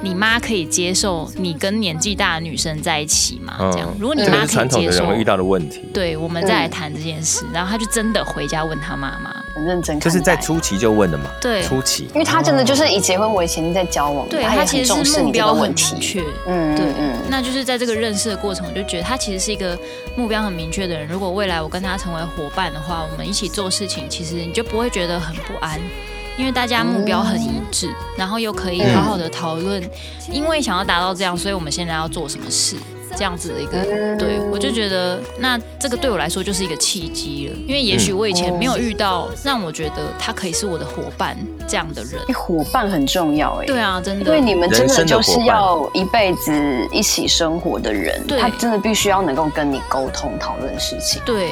S2: 你妈可以接受你跟年纪大的女生在一起吗？”这样，如果你
S3: 嗯这个
S2: 妈
S3: 是
S2: 可以
S3: 传统
S2: 接
S3: 的人
S2: 受
S3: 会，遇到的问题，
S2: 对，我们再
S4: 嗯
S2: 来谈这件事。然后他就真的回家问他妈妈，
S4: 很认真看待。
S3: 就是在哦初期就问的嘛。
S2: 对
S3: 初期
S4: 因为他真的就是以结婚为前提在交往，
S2: 对
S4: 也
S2: 他
S4: 很
S2: 其
S4: 重
S2: 实
S4: 视
S2: 是
S4: 你
S2: 目
S4: 这个
S2: 标很
S4: 问
S2: 明
S4: 题。
S2: 确。
S4: 嗯
S2: 对
S4: 嗯，嗯，
S2: 那就是在这个认识的过程，我就觉得他其实是一个目标很明确的人。如果未来我跟他成为伙伴的话，我们一起做事情，其实你就不会觉得很不安，因为大家目标很一致，
S4: 嗯
S2: 然后又可以好好的讨论，因为想要达到这样，所以我们现在要做什么事。这样子的一个，对我就觉得那这个对我来说就是一个契机了，因为也许我以前没有遇到让我觉得他可以是我的伙伴这样的人。
S4: 哎伙伴很重要哎、
S2: 对啊，真
S4: 因为
S2: 的，
S4: 你们真的就是
S3: 人生的
S4: 要一辈子一起生活的人，
S2: 对
S4: 他真的必须要能够跟你沟通讨论事情。
S2: 对。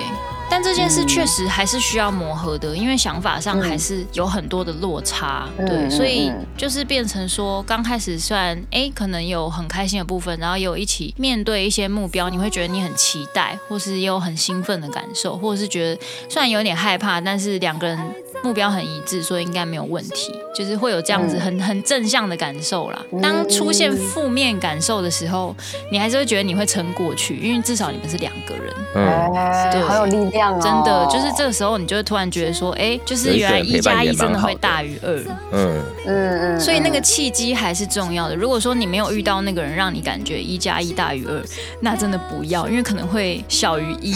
S2: 但这件事
S4: 嗯
S2: 确实还是需要磨合的，因为想法上还是有很多的落差，
S4: 嗯
S2: 对，
S4: 嗯
S2: 所以
S4: 嗯
S2: 就是变成说，刚开始虽然哎、诶可能有很开心的部分，然后也有一起面对一些目标，你会觉得你很期待，或是也有很兴奋的感受，或者是觉得虽然有点害怕，但是两个人目标很一致，所以应该没有问题，就是会有这样子
S4: 嗯
S2: 很、很正向的感受啦。当出现负面感受的时候，你还是会觉得你会撑过去，因为至少你们是两个人。
S3: 嗯，
S4: 哎
S2: 对
S4: 好有力量哦！
S2: 真的，就是这个时候，你就会突然觉得说，哎、就是原来
S3: 有
S2: 一
S3: 一个人陪
S2: 加
S3: 伴
S2: 一
S3: 也
S2: 真
S3: 蛮
S2: 的
S3: 好
S2: 会
S3: 的
S2: 大于二，
S3: 嗯，
S4: 嗯，嗯嗯，
S2: 所以那个契机还是重要的。如果说你没有遇到那个人，让你感觉一加一大于二，那真的不要，因为可能会小于一，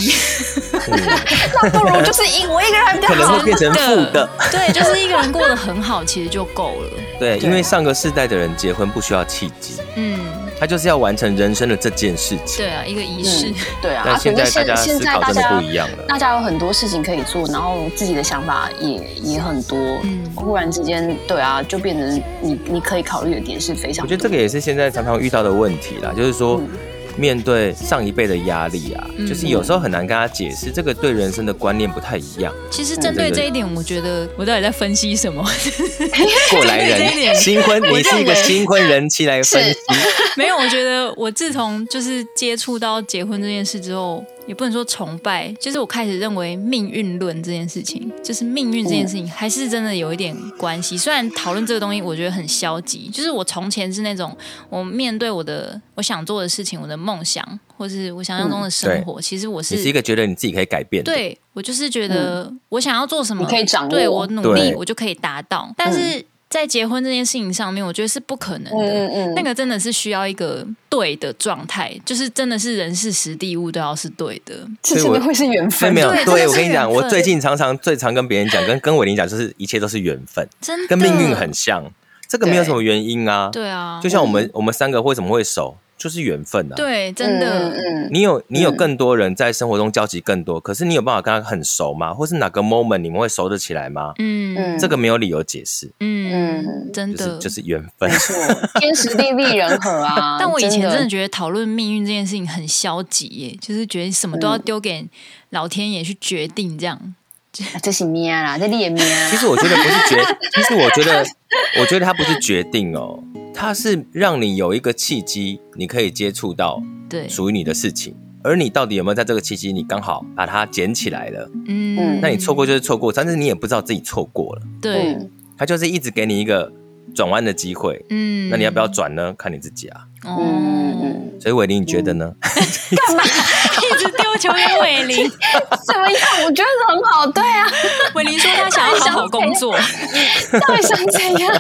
S4: 那不如就是一我一个人还比
S3: [LAUGHS]
S4: 较
S3: 可能
S4: 好
S3: 会。变成负的。
S2: 对，就是一个人过得很好，其实就够了。
S3: 对，因为上个世代的人结婚不需要契机，
S2: 嗯，
S3: 他就是要完成人生的这件事情。
S2: 对啊，一个仪式。
S4: 对啊，
S3: 但
S4: 啊
S3: 现在
S4: 可是
S3: 大家
S4: 现
S3: 思
S4: 在
S3: 考
S4: 大
S3: 真的
S4: 家
S3: 不一样了。
S4: 大家有很多事情可以做，然后自己的想法也也很多。
S2: 嗯
S4: 忽然之间，对啊，就变成你你可以考虑的点是非常多。
S3: 我觉得这个也是现在常常遇到的问题啦，就是说。面对上一辈的压力啊，
S2: 嗯
S3: 就是有时候很难跟他解释，这个对人生的观念不太一样。
S2: [LAUGHS] 其实针对这一点，我觉得我到底在分析什么？
S3: 过来
S2: 这一点
S3: 人，新婚，你是一个新婚人妻来分析，
S2: [LAUGHS] 没有，我觉得我自从就是接触到结婚这件事之后，也不能说崇拜，就是我开始认为命运论这件事情，就是命运这件事情还是真的有一点关系。虽然讨论这个东西，我觉得很消极，就是我从前是那种我面对我的我想做的事情、我的梦想，或是我想象中的生活，其实我
S3: 嗯你是一
S2: 是。
S3: 个觉得你自己可以改变的。
S2: 对，我就是觉得我想要做什么，
S4: 你可以掌握
S2: 对我努力，
S3: 对
S2: 我就可以达到。但是在结婚这件事情上面，我觉得是不可能的。
S4: 嗯嗯
S2: 那个真的是需要一个对的状态，就是真的是人事时地物都要是对的。
S4: 这
S3: 所以
S4: 真
S3: 我
S4: 的会是缘
S3: 所以
S4: 分。
S3: 没有
S2: 对，真的
S3: 对
S2: 是
S3: 我跟你讲，
S2: 缘
S3: 我
S2: 分
S3: 最近常常最常跟别人讲，跟跟伟林讲，就是一切都是缘分，
S2: 真的
S3: 跟命运很像，这个没有什么原因啊。
S2: 对啊，
S3: 就像我们我们三个为什么会熟，就是缘分啊。
S2: 对，真的，
S4: 嗯，嗯
S3: 你有你有
S4: 嗯
S3: 更多人在生活中交集更多，可是你有办法跟他很熟吗？或是哪个 moment 你们会熟得起来吗？
S2: 嗯
S4: 嗯
S3: 这个没有理由解释，
S2: 嗯，
S4: 嗯
S2: 真
S3: 就是
S2: 的嗯
S3: 就是缘分。
S4: 没错，天时地利人和啊。
S2: [LAUGHS] 但我以前真的
S4: 真
S2: 觉得讨论命运这件事情很消极耶，就是觉得什么都要丢给老天爷去决定这样。
S4: 的这是咩啊啦，这你也咩啦
S3: 其。实我觉得不是决，
S2: [LAUGHS]
S3: 其实我觉得，我觉得它不是决定哦，它是让你有一个契机，你可以接触到
S2: 对，
S3: 属于你的事情。而你到底有没有在这个契机，你刚好把它捡起来了，
S2: 嗯，
S3: 那你错过就是错过，但是你也不知道自己错过了，
S2: 对，
S4: 嗯，
S3: 它就是一直给你一个转弯的机会。
S2: 嗯，
S3: 那你要不要？转呢？看你自己啊。
S2: 哦，
S4: 嗯嗯
S3: 所以伟林，你觉得呢？
S2: [LAUGHS] 一直丢球给伟林，
S4: 怎么样？我觉得很好，对啊，
S2: 伟林说他想要好好工作，
S4: 到底想怎样？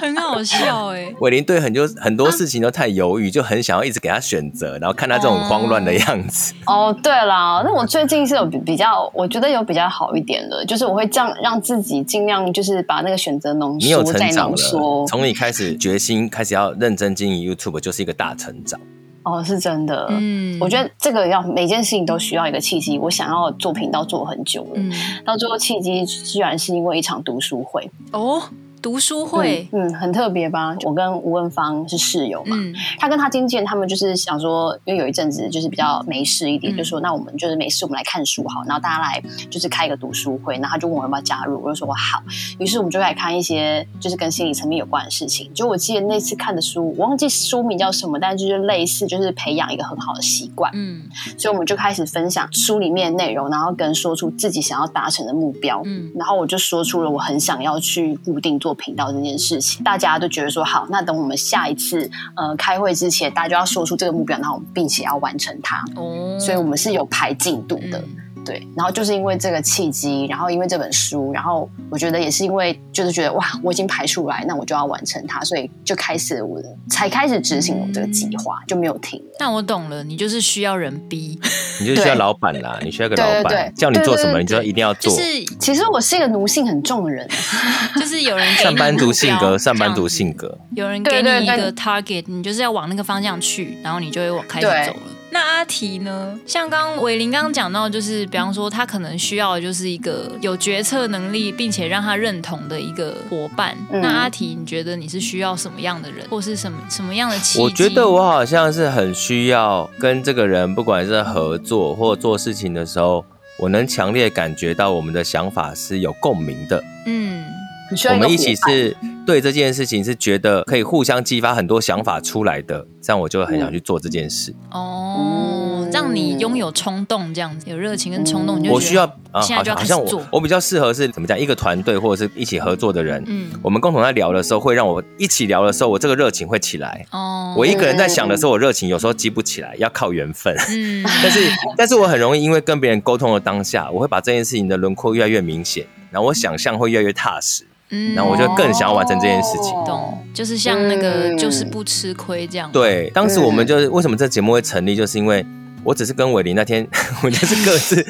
S2: 很好笑哎。
S3: 伟林对很多很多事情都太犹豫，就很想要一直给他选择，然后看他这种慌乱的样子。
S4: 哦，对啦，那我最近是有比比较，我觉得有比较好一点的，就是我会这样让自己尽量就是把那个选择浓
S3: 你有
S4: 缩
S3: 成
S4: 再
S3: 长
S4: 浓
S3: 了
S4: 缩，。
S3: 从你开始决心开始要认真经营 YouTube，就是一个大成长。
S4: 哦，是真的。
S2: 嗯
S4: 我觉得这个要每件事情都需要一个契机。我想要做频道做很久了，
S2: 嗯，
S4: 到最后契机居然是因为一场读书会。
S2: 哦，读书会，
S4: 嗯，嗯很特别吧？我跟吴文芳是室友嘛，
S2: 嗯
S4: 他跟他经纪人他们就是想说，因为有一阵子就是比较没事一点，
S2: 嗯
S4: 就说那我们就是没事，我们来看书好，然后大家来就是开一个读书会，然后他就问我要不要加入，我就说我好，于是我们就来看一些就是跟心理层面有关的事情。就我记得那次看的书，我忘记书名叫什么，但就是类似就是培养一个很好的习惯，
S2: 嗯
S4: 所以我们就开始分享书里面的内容，然后跟说出自己想要达成的目标。
S2: 嗯
S4: 然后我就说出了我很想要去固定做频道这件事情，大家都觉得说好，那等我们下一次呃开会之前，大家就要说出这个目标，然后并且要完成它，
S2: 哦，
S4: 所以我们是有排进度的。
S2: 嗯
S4: 对，然后就是因为这个契机，然后因为这本书，然后我觉得也是因为就是觉得哇，我已经排出来，那我就要完成它，所以就开始我的才开始执行我这个计划，就没有停。
S2: 但我懂了，你就是需要人逼，
S3: 你就需要老板啦，你需要一个
S4: 对
S3: 老
S4: 对对
S3: 板叫你做什么，
S4: 对对对
S3: 你就一定要
S2: 就
S3: 做。
S2: 是
S4: 其实我是一个奴性很重的人，啊
S2: 就是有人给你
S3: 上班族性
S2: 目标
S3: 格，上班族，
S2: 这样
S3: 性格，
S2: 子有人给你一
S4: 对
S2: 个
S4: 对
S2: target，你就是要往那个方向去，然后你就会往开始
S4: 对
S2: 走了。那阿提呢？像刚伟林刚刚讲到，就是比方说他可能需要的就是一个有决策能力，并且让他认同的一个伙伴。
S4: 嗯
S2: 那阿提，你觉得你是需要什么样的人，或是什么什么样的契机？
S3: 我觉得我好像是很需要跟这个人，不管是合作或做事情的时候，我能强烈感觉到我们的想法是有共鸣的。
S2: 嗯，
S4: 你需
S3: [LAUGHS]
S4: 要
S3: 我
S4: 一
S3: 们
S4: 个伙
S3: 一起
S4: 伴
S3: 是对这件事情是觉得可以互相激发很多想法出来的，这样我就
S2: 嗯
S3: 很想去做这件事。
S2: 哦，
S4: 嗯
S2: 让你拥有冲动，这样子有热情跟冲动，
S4: 嗯
S2: 你就觉得
S3: 我需要啊，
S2: 现在
S3: 好
S2: 就要
S3: 像
S2: 开
S3: 好
S2: 始
S3: 像
S2: 做
S3: 我我比较适合是怎么讲，一个团队或者是一起合作的人，
S2: 嗯
S3: 我们共同在聊的时候，会让我一起聊的时候，我这个热情会起来。
S2: 哦，
S3: 我一个人在想的时候，我热情有时候激不起来，要靠缘分。
S2: 嗯，[LAUGHS]
S3: 但是，但是我很容易因为跟别人沟通的当下，我会把这件事情的轮廓越来越明显，然后我想象会越来越踏实。 [LAUGHS]
S2: 嗯
S3: 然后我就更想要完成这件事情
S4: 哦
S2: 懂，就是像那个
S4: 嗯
S2: 就是不吃亏这样。，
S3: 对，当时我们就是为什么这节目会成立，就是因为我只是跟伟林那天， [LAUGHS] 我们就是各自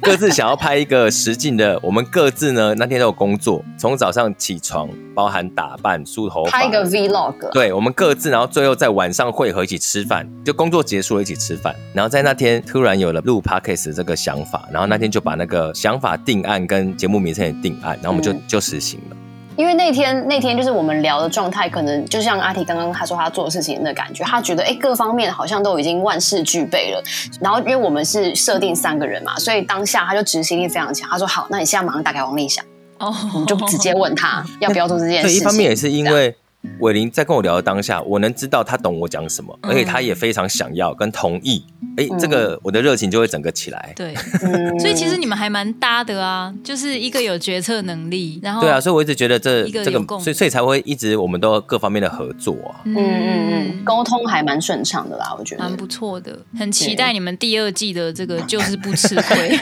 S3: 各自想要拍一个实景的，我们各自呢那天都有工作，从早上起床，包含打扮、梳头发
S4: 拍一，个 vlog，啊
S3: 对我们各自，然后最后在晚上会合一起吃饭，就工作结束了一起吃饭，然后在那天突然有了录 podcast 的这个想法，然后那天就把那个想法定案跟节目名称也定案，然后我们就、
S4: 嗯
S3: 就实行了。
S4: 因为那天那天就是我们聊的状态，可能就像阿提刚刚他说他做的事情的感觉，他觉得哎、诶各方面好像都已经万事俱备了。然后因为我们是设定三个人嘛，所以当下他就执行力非常强。他说好，那你现在马上打给
S3: [LAUGHS]
S4: 王丽霞，
S2: 哦，
S4: 我们就直接问他要不要做这件事
S3: 所以
S4: 情。
S3: 一方面也是因为伟林在跟我聊的当下，我能知道他懂我讲什么，
S2: 嗯
S3: 而且他也非常想要跟同意，哎、这个我的热情就会整个起来。
S2: [LAUGHS] 对，
S4: 嗯
S2: 所以其实你们还蛮搭的啊，就是一个有决策能力，然后
S3: 对啊，，所以我一直觉得这
S2: 哦一个有
S3: 这个
S2: 共，鸣
S3: 所以所以才会一直我们都各方面的合作啊。
S2: 嗯
S4: 嗯嗯嗯，沟通还蛮顺畅的啦，我觉得
S2: 蛮。不错的，很期待你们第二季的这个
S4: 嗯
S2: 就是不吃
S4: [LAUGHS]
S2: 亏。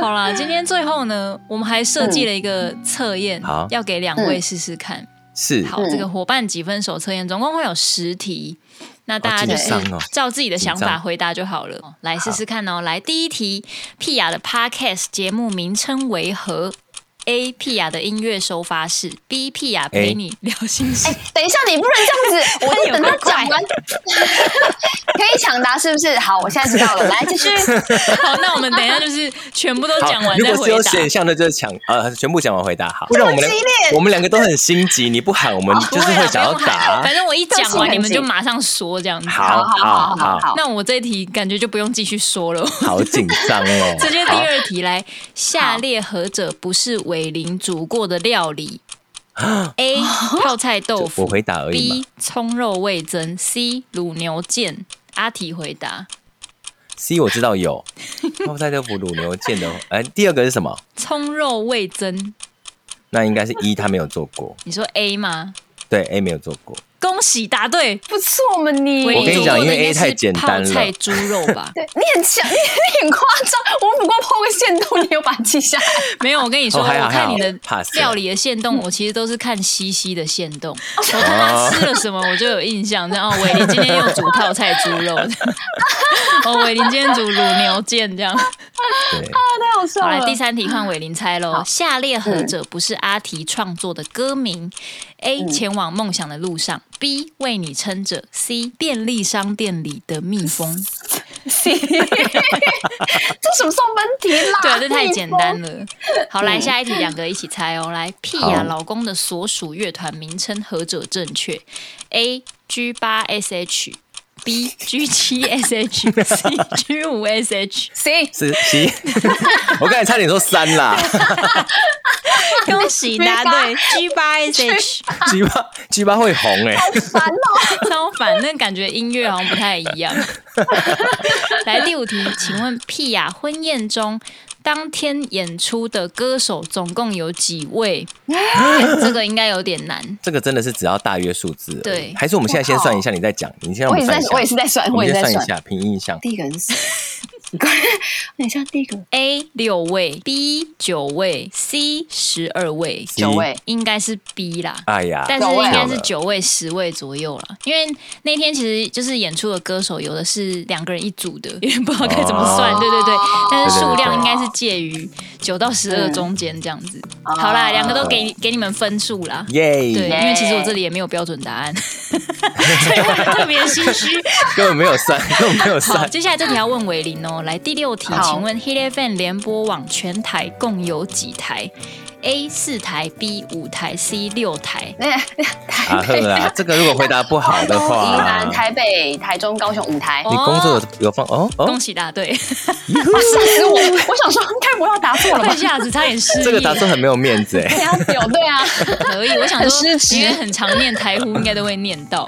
S2: 好啦，今天最后呢，我们还设计了一个测验，
S3: 好
S2: 要给两位试试看。
S3: 是，
S2: 好，这
S4: 嗯
S2: 个伙伴几分手测验总共会有十题，那大家就
S3: 好紧
S2: 是
S3: 张哦
S2: 照自己的想
S3: 紧
S2: 法
S3: 张
S2: 回答就好了。哦来试试看哦。来，第一题，屁雅的 Podcast 节目名称为何？A. 屁雅的音乐收发室；B. 屁雅陪
S3: A
S2: 你聊心
S4: [LAUGHS]
S2: 事。
S4: 等一下，你不能这样
S3: [LAUGHS]
S4: 子，我就等他讲完， [LAUGHS] 可以抢答是不是？好，我现在知道了，来
S3: [LAUGHS]
S4: 继续。
S2: 好，那我们等一下就是全部都
S3: 好
S2: 讲完
S3: 如
S2: 再
S3: 果是有
S2: 回答。
S3: 选项的，就是抢呃，全部讲完回答好，不然我们两
S4: 激烈
S3: 我们两个都很心急，你不喊我们
S2: 哦不
S3: 就是
S2: 会啦
S3: 会想要
S2: 不用喊
S3: 答
S2: 反。正我一讲
S4: 个性
S2: 完，
S4: 很
S2: 你们就
S4: 紧
S2: 马上说这样子。
S3: 好
S4: 好
S3: 好好
S4: 好，
S2: 那我这一题感觉就不用继续说了。！
S3: 好紧张哦
S2: [LAUGHS] 这就是第二题来，下列何者不是伟林煮过的料理
S3: [LAUGHS]
S2: ？A. 泡菜豆
S3: 我
S2: 腐
S3: 回答而已嘛。
S2: ，B. 葱肉味增，C. 卤牛腱。阿提回答
S3: C 我知
S2: [LAUGHS]
S3: 道有泡菜豆腐、卤牛腱的，哎，第二个是什么？
S2: 葱肉味增，
S3: 那应该是一、他没有做过，
S2: 你说 A 吗？
S3: 对 A 没有做过。
S2: 恭喜答对，
S4: 不错嘛你，？
S2: 伟
S3: 我跟
S2: 林
S3: 你
S2: 煮
S3: 讲
S2: 过
S3: 因
S2: 的
S3: 为
S2: 应
S3: A
S2: 该
S3: 太
S2: 是
S3: 简
S2: 泡
S3: 单了
S2: 菜猪肉吧
S4: 对你很强，你你很夸张，我不过抛个线动，你又把它记下来。
S2: [LAUGHS] 没有，我跟你说，
S3: 哦还好
S2: 我看你
S3: 还好
S2: 的
S3: pass 了
S2: 料理的线动，我其实都是看西西的线动，我看他吃了什么，我就有印象。这样哦，伟林今天又煮泡菜猪肉， [LAUGHS] 哦，伟林今天煮卤牛腱这样。
S3: 对，
S4: [LAUGHS] 太好笑
S2: 好，来
S4: 了。
S2: 第三题换伟林猜喽。下列何者不是阿提创作的歌名？A. 前往梦想的路上，B. 为你撑着，C. 便利商店里的蜜蜂。
S4: C，这什么送分题啦？
S2: [LAUGHS] 对，啊这太简单
S4: 了。
S2: 了。好，来下一题，两个一起猜哦。来，屁雅老公的所属乐团名称何者正确？A G 八 S H。B G 七 S H C G 五 S H，
S4: C，
S3: 是 C。我刚才差点说三啦
S2: 恭喜答对 G 八 S H，
S3: ，G 八 G 八会红哎、
S4: 烦哦。
S2: 超烦，那感觉音乐好像不太一样。 [LAUGHS] 来第五题，请问屁雅婚宴中当天演出的歌手总共有几位？这个应该有点难。
S3: 这个真的是只要大约数字而已。
S2: 对
S3: 还是我们现在先算一下，你再讲。你先让
S4: 我
S3: 们
S4: 也是
S3: 算一，下，
S4: 在我也是在算，
S3: 我
S4: 我
S3: 们
S4: 也是 [LAUGHS]
S3: 先
S4: 在
S3: 算
S4: 算
S3: 一。下凭印象。
S4: 第一个人是谁奇怪。等一下，第一个
S2: A 六位，B 九位，C 十二位，哎
S4: 九位，
S2: 应该是 B 啦。
S3: 哎呀，
S2: 但是
S4: 九位
S2: 应该
S3: 好
S2: 是
S3: 了
S2: 九位、十位左右啦，因为那天其实就是演出的歌手，有的是两个人一组的，因为不知道该怎么算，
S3: 哦
S2: 对对对。但是
S3: 对对对
S2: 数量
S3: 对
S2: 应该是介于九到十二
S4: 嗯
S2: 中间这样子。
S4: 哦
S2: 好啦，两个都给给你们分数啦。对，
S3: 耶，
S2: 因为其实我这里也没有标准答案， [LAUGHS] 所以我特别心虚。
S3: 根本没有算，根本没有
S2: 好，
S3: 算。
S2: 接下来这题要问伟林哦。来，第六题，
S4: 好
S2: 请问 Hit FM 联播网全台共有几台？A 四台，B 五台，C 六台。
S4: 哎，
S3: 啊
S4: 台
S3: 呵
S4: 北、
S3: 啊，这个如果回答不好的
S4: 东、宜
S3: 话
S4: 南、，台北、台中、高雄五台。
S2: 哦
S3: 你工作有有放哦哦
S2: 恭，喜答对，
S4: 吓死我！我想说，应该不要答错了
S2: [LAUGHS]
S4: 吧
S2: 一？下子差点失忆。
S3: 这个答错很没有面子哎。
S4: 有对啊，
S2: 可以，我想
S4: 很
S2: 说
S4: 失，职
S2: 因为很常念台呼，应该都会念到。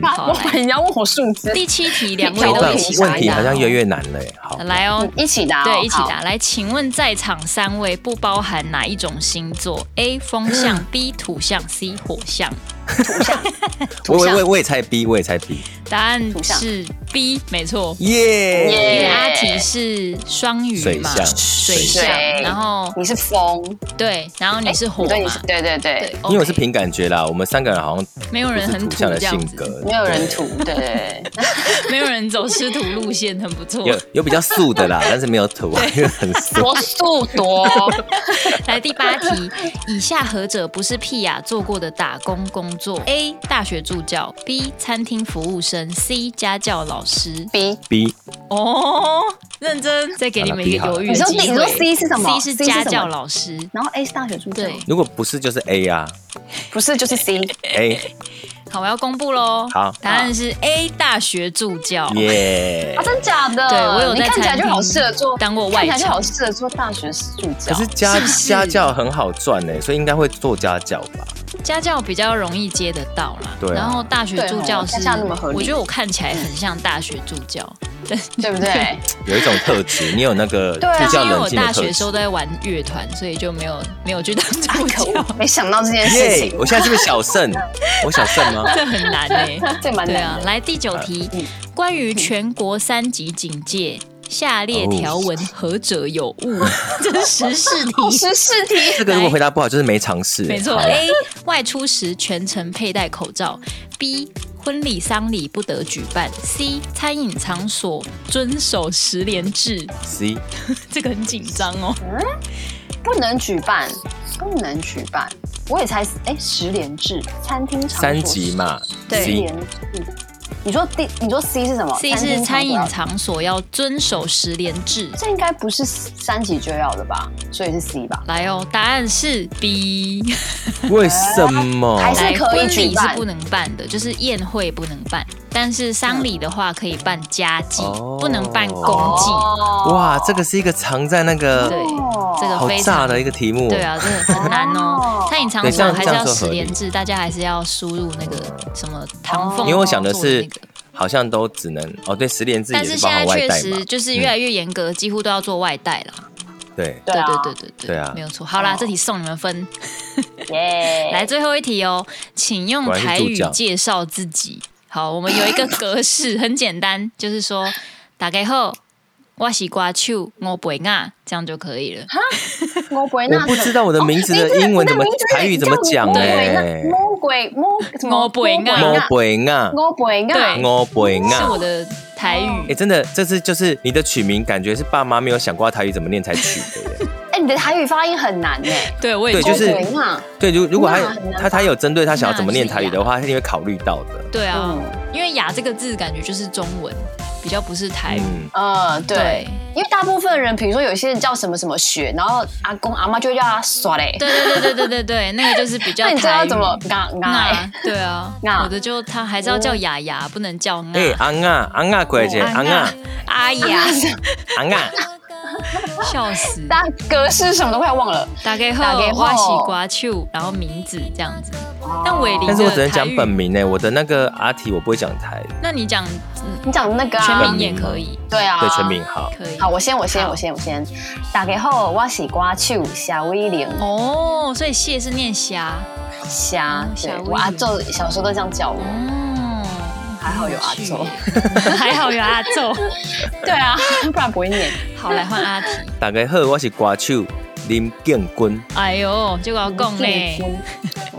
S2: [LAUGHS] 好
S4: 我以为你要问我数字，
S2: 第七题，两位
S3: 挑
S2: 都
S3: 战
S2: 一起
S3: 问
S2: 回
S3: 题
S2: 答
S3: 好
S2: 哦。
S3: 像越来越难了哎。好，
S2: 来哦，
S4: 一起答、哦，
S2: 对，一起
S4: 好
S2: 答。来，请问在场三位不包含哪一种星座？A 风象，B 土象，C 火象。
S3: 我
S4: 图
S3: 我
S4: 像
S3: 我我也猜 B，我也猜 B，
S2: 答案
S4: 土象
S2: 是 B，没错。
S3: 耶
S4: 耶，
S2: 因为阿提是双鱼
S3: 水
S2: 嘛，
S3: 象
S2: 水
S3: 水
S2: 象
S4: 象，
S2: 然后
S4: 你是风，
S2: 对，然后你是火
S4: 哎对，你
S2: 嘛
S4: 是，对对对
S2: 对，，
S3: 因为我
S2: OK
S3: 是凭感觉啦，我们三个人好像
S2: 没有
S3: 不
S2: 人
S3: 是
S2: 很
S3: 土
S2: 土
S3: 象的
S2: 这样
S3: 性
S2: 子，
S3: 格，
S4: 没有人
S2: [LAUGHS]
S4: 土，对对对，
S2: 没有人走师徒路线，很不错
S3: 对。有有比较素的
S2: [LAUGHS]
S3: 啦，但是没有土，因为很素。
S4: 多速 [LAUGHS] 多，
S2: 来第八题，以下何者不是屁雅做过的打工工作？A. 大学助教，B. 餐厅服务生，C. 家教老师。
S4: B，
S3: B
S2: 哦，认真，再给你们一个犹豫
S4: 你
S2: 的
S4: 说
S2: 机会。
S4: B，你说 C 是什么
S2: C 是
S4: C 是
S2: 家
S4: 什么
S2: 教老师。
S4: 然后 A 是大学助教，
S2: 对，
S3: 如果不是就是 A 啊
S4: 不是就是 C，
S2: [LAUGHS]
S3: ，A
S2: 好，我要公布喽。
S3: 好
S2: 答案是 A 大学助教。
S3: 耶
S4: 啊，。真假的？
S2: 对我有
S4: 你
S2: 在
S4: 看起来
S2: 餐
S4: 就好
S2: 厅
S4: 适合做，
S2: 当过
S4: 看
S2: 外
S4: 起来就
S2: 场
S4: 好适合做大学助
S3: 可。
S4: 教
S3: 是家
S2: 是不是
S3: 家教很好赚哎，所以应该会做家教吧？
S2: 家教比较容易接得到啦。
S3: 对啊
S2: 然后大学助教是，
S4: 对哦家教那么合理
S2: 我觉得我看起来很像大学助教，
S4: 对不对？
S3: 有一种特质，你有那
S2: [LAUGHS]
S3: 个
S4: 对啊
S3: 比较
S2: 因为
S3: 冷
S2: 我
S3: 静的
S2: 大
S3: 特
S2: 学时
S3: 质
S2: 候。都在玩乐团，所以就没有没有去当助
S4: [LAUGHS] 可
S2: 教，
S4: 恶，没想到这件事
S3: 耶！
S4: 情，
S3: 我现在是不是小胜？我小胜
S2: [LAUGHS]
S3: 吗？
S2: 这很难哎、
S4: 这 [LAUGHS] 蛮
S2: 对
S4: 难
S2: 啊
S4: 的，。
S2: 来第九题
S4: 嗯，
S2: 关于全国三级警戒。下列条文何者有
S4: [LAUGHS]
S2: 误？这是时事题，
S4: 好十四题，
S3: 这个如果回答不好，就是没尝试。
S2: 没错。
S3: 好
S2: A 外出时全程佩戴口罩。B 婚礼丧礼不得举办。C 餐饮场所遵守十连制。 [LAUGHS]
S3: C
S2: 这个很紧张哦。
S4: 嗯不能举办，不能举办。我也才哎十连制，餐厅场所
S3: 三级嘛
S4: 对，十
S3: C
S4: 连制。你说 D，你说 C 是什么
S2: C 是餐饮
S4: 场所要啊
S2: 场所要遵守十连制。
S4: 这应该不是三级就要的吧？所以是 C 吧？
S2: 来哦，答案是 B。
S3: 为什么？
S4: 还是
S2: 来，
S4: 可以
S2: 婚
S4: 举
S2: 礼
S4: 办
S2: 是不能办的，就是宴会不能办，但是丧礼的话可以办家祭，
S3: 哦
S2: 不能办公祭。
S4: 嗯哦
S3: 哇，这个是一个藏在那个
S2: 对
S4: 哦，
S2: 这个
S3: 好
S2: 非
S3: 炸
S2: 常
S3: 的一个题目。哦
S2: 对，啊，这个很难哦
S4: 哦。
S2: 餐饮场
S3: 对这
S2: 所
S3: 样
S2: 还是
S3: 这样
S2: 要
S3: 说
S2: 十
S3: 合理
S2: 连制，大家还是要输入那个什
S4: 哦
S2: 么唐凤。
S3: 因为我想的是
S2: 那个，
S3: 好像都只能哦，对，十连制
S2: 但
S3: 也
S2: 是
S3: 包
S2: 现
S3: 含
S2: 在
S3: 外
S2: 确
S3: 带嘛嗯
S2: 实。就是越来越严格，几乎都要做外带了。
S3: 对，
S4: 对啊
S2: 对对对
S3: 对啊
S2: 没有错。好啦
S4: 哦，哎
S2: 这题送你们分。
S4: 耶！
S2: 来，最后一题哦，请用
S3: 果然是
S2: 台语
S3: 助教
S2: 介绍自己。好，我们有一
S4: [LAUGHS]
S2: 个格式，很简单，就是说打开后。我是瓜手，我不啊，这样就可以了。
S4: 魔鬼
S3: 我
S4: 那哦
S3: 不知道
S2: 哦
S3: 我的名字的英文怎么台语怎么讲哎
S4: 哎？，魔鬼魔什么？
S2: 魔鬼那
S3: 摸
S4: 魔
S3: 背啊，
S4: 魔鬼那
S2: 对
S3: 摸背
S2: 是
S3: 啊
S2: 我。的台
S3: 哎，
S4: 哦
S2: 语，
S3: 真的，这次就是你的取名，感觉是爸妈没有想过台语怎么念才取的耶。
S4: 哎，你的台语发音很难哎。
S2: 对我也
S3: 对就是
S2: 觉得
S4: 魔鬼那
S3: 对，如如果他
S4: 那很难吧
S3: 他他有针对他想要怎么念
S2: 那
S3: 台
S2: 是啊
S3: 语
S2: 一样
S3: 的话，他一定会考虑到的。
S2: 对啊，
S4: 嗯
S2: 因为“雅”这个字感觉就是中文，比较不是台语。
S3: 嗯，
S4: 呃，对
S2: 对。
S4: 因为大部分人，比如说有些人叫什么什么学，然后阿公阿妈就会叫他耍嘞。
S2: 对对对对对对对，那个就是比较
S4: 那
S2: 台语。
S4: 你知道怎么欸嘎嘎
S2: 那？对啊，
S4: 那
S2: 我的就他还是要叫雅雅，不能叫啊。
S3: 哎，昂啊昂啊，鬼
S2: 哦
S3: 姐，昂啊
S2: 阿雅，[LAUGHS]
S3: 昂啊，
S2: 笑死！
S4: 大家格式什么都快忘了。
S2: 打给
S4: 打
S2: 后
S4: 给后
S2: 花喜瓜秋，然后名字这样子。但伟林
S3: 但是我只能
S2: 台
S3: 讲
S2: 语
S3: 本名哎，我的那个阿提我不会讲台语，
S2: 那你讲
S4: 你讲那个
S2: 全
S4: 啊？
S2: 名也可以，
S4: 对啊，
S3: 对全。名好。
S2: 可以。
S4: 好，我先，我先，
S2: 好
S4: 我先，我先。打给后，我喜瓜手夏威廉
S2: 哦，所以谢是念霞。
S4: 虾
S2: 嗯，夏
S4: 对
S2: 威
S4: 我阿
S2: 廉嗯
S4: 昼小时候都这样叫我。
S2: 哦，
S4: 还好有阿周，
S2: 还好有阿宙。
S4: 对啊， [LAUGHS] 不然不会念。
S2: 好，来换阿提。
S3: 大家好，我是歌手林建军，
S2: 哎呦，就要供嘞。哦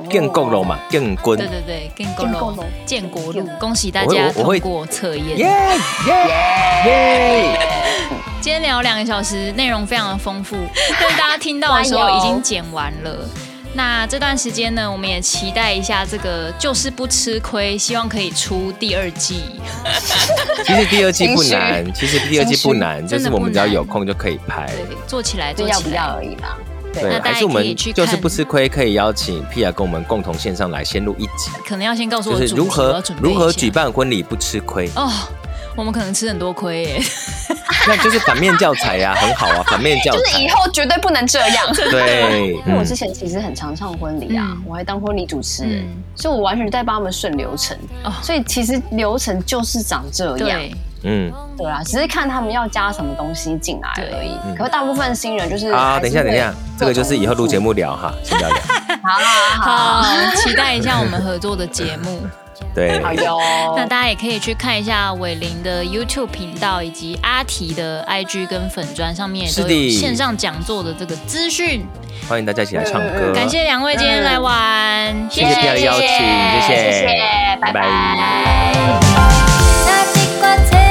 S3: 建国路嘛，建
S2: 对
S3: 军，
S2: 对对，建国
S4: 建国
S2: 路
S4: 路，
S2: 建国路，恭喜大家
S3: 我会我会
S2: 通过测验。
S3: 耶耶耶！
S2: 今天聊两个小时，内容非常的丰
S3: [LAUGHS]
S2: 富，但大家听到的时候已经剪完了。那这段时间呢，我们也期待一下这个就是不吃亏，希望可以出第二季。
S3: 其实第二季不
S4: 情
S2: [LAUGHS]
S4: 绪
S3: 难，其实第二季不难，就
S2: 真
S3: 是
S2: 的
S3: 我们
S2: 不
S3: 只要
S2: 难
S3: 有空就可以拍。
S2: 对，做起来，
S4: 就
S2: 做
S4: 要
S2: 起
S4: 不要
S2: 来。
S4: 而已啦。
S2: 那
S3: 对，
S2: 大家
S3: 还是我
S2: 也可
S3: 们
S2: 以去
S3: 就是
S2: 看
S3: 不吃亏，可以邀请 P a 跟我们共同线上来先录一集，
S2: 可能要先告诉
S3: 就
S2: 我
S3: 是
S2: 主题，
S3: 如
S2: 我要
S3: 何
S2: 准备一
S3: 如何
S2: 下
S3: 举办婚礼不吃亏， [LAUGHS]
S2: 哦。我们可能吃很多亏耶，
S3: 那就是反面教材呀，很好
S2: [LAUGHS]
S3: 啊，反面教
S4: 就是
S3: 材
S4: 以。后绝对不能这样。
S3: 对，
S4: 因为我
S3: 嗯
S4: 之前其实很常唱婚礼啊
S2: 嗯，
S4: 我还当婚礼主持人
S2: 嗯，
S4: 所以我完全在帮他们顺流程
S2: 哦。
S4: 所以其实流程就是长这样。
S2: 对，
S3: 嗯。
S4: 对啊，只是看他们要加什么东西进来而已。可是大部分新人就是
S3: 啊，
S4: 还
S3: 等
S4: 是
S3: 一下，等一下
S4: 会，
S3: 这个就是以后录节目
S2: [LAUGHS]
S3: 聊哈，先聊聊。
S4: 好好好
S2: 好，期待一下我们合作的节目。
S3: 对，
S4: 好哟。
S3: 哦
S2: [LAUGHS] 那大家也可以去看一下伟林的 YouTube 频道以及阿提的 IG 跟粉砖上面也
S3: 是
S2: 都有
S3: 的
S2: 线上讲座的这个资讯。
S3: 欢迎大家一起来唱歌。
S2: 感谢两位今天来玩，
S3: 嗯谢谢 P a 的邀请，谢谢，
S4: 谢谢拜拜
S3: 拜拜
S1: 나 찍과 제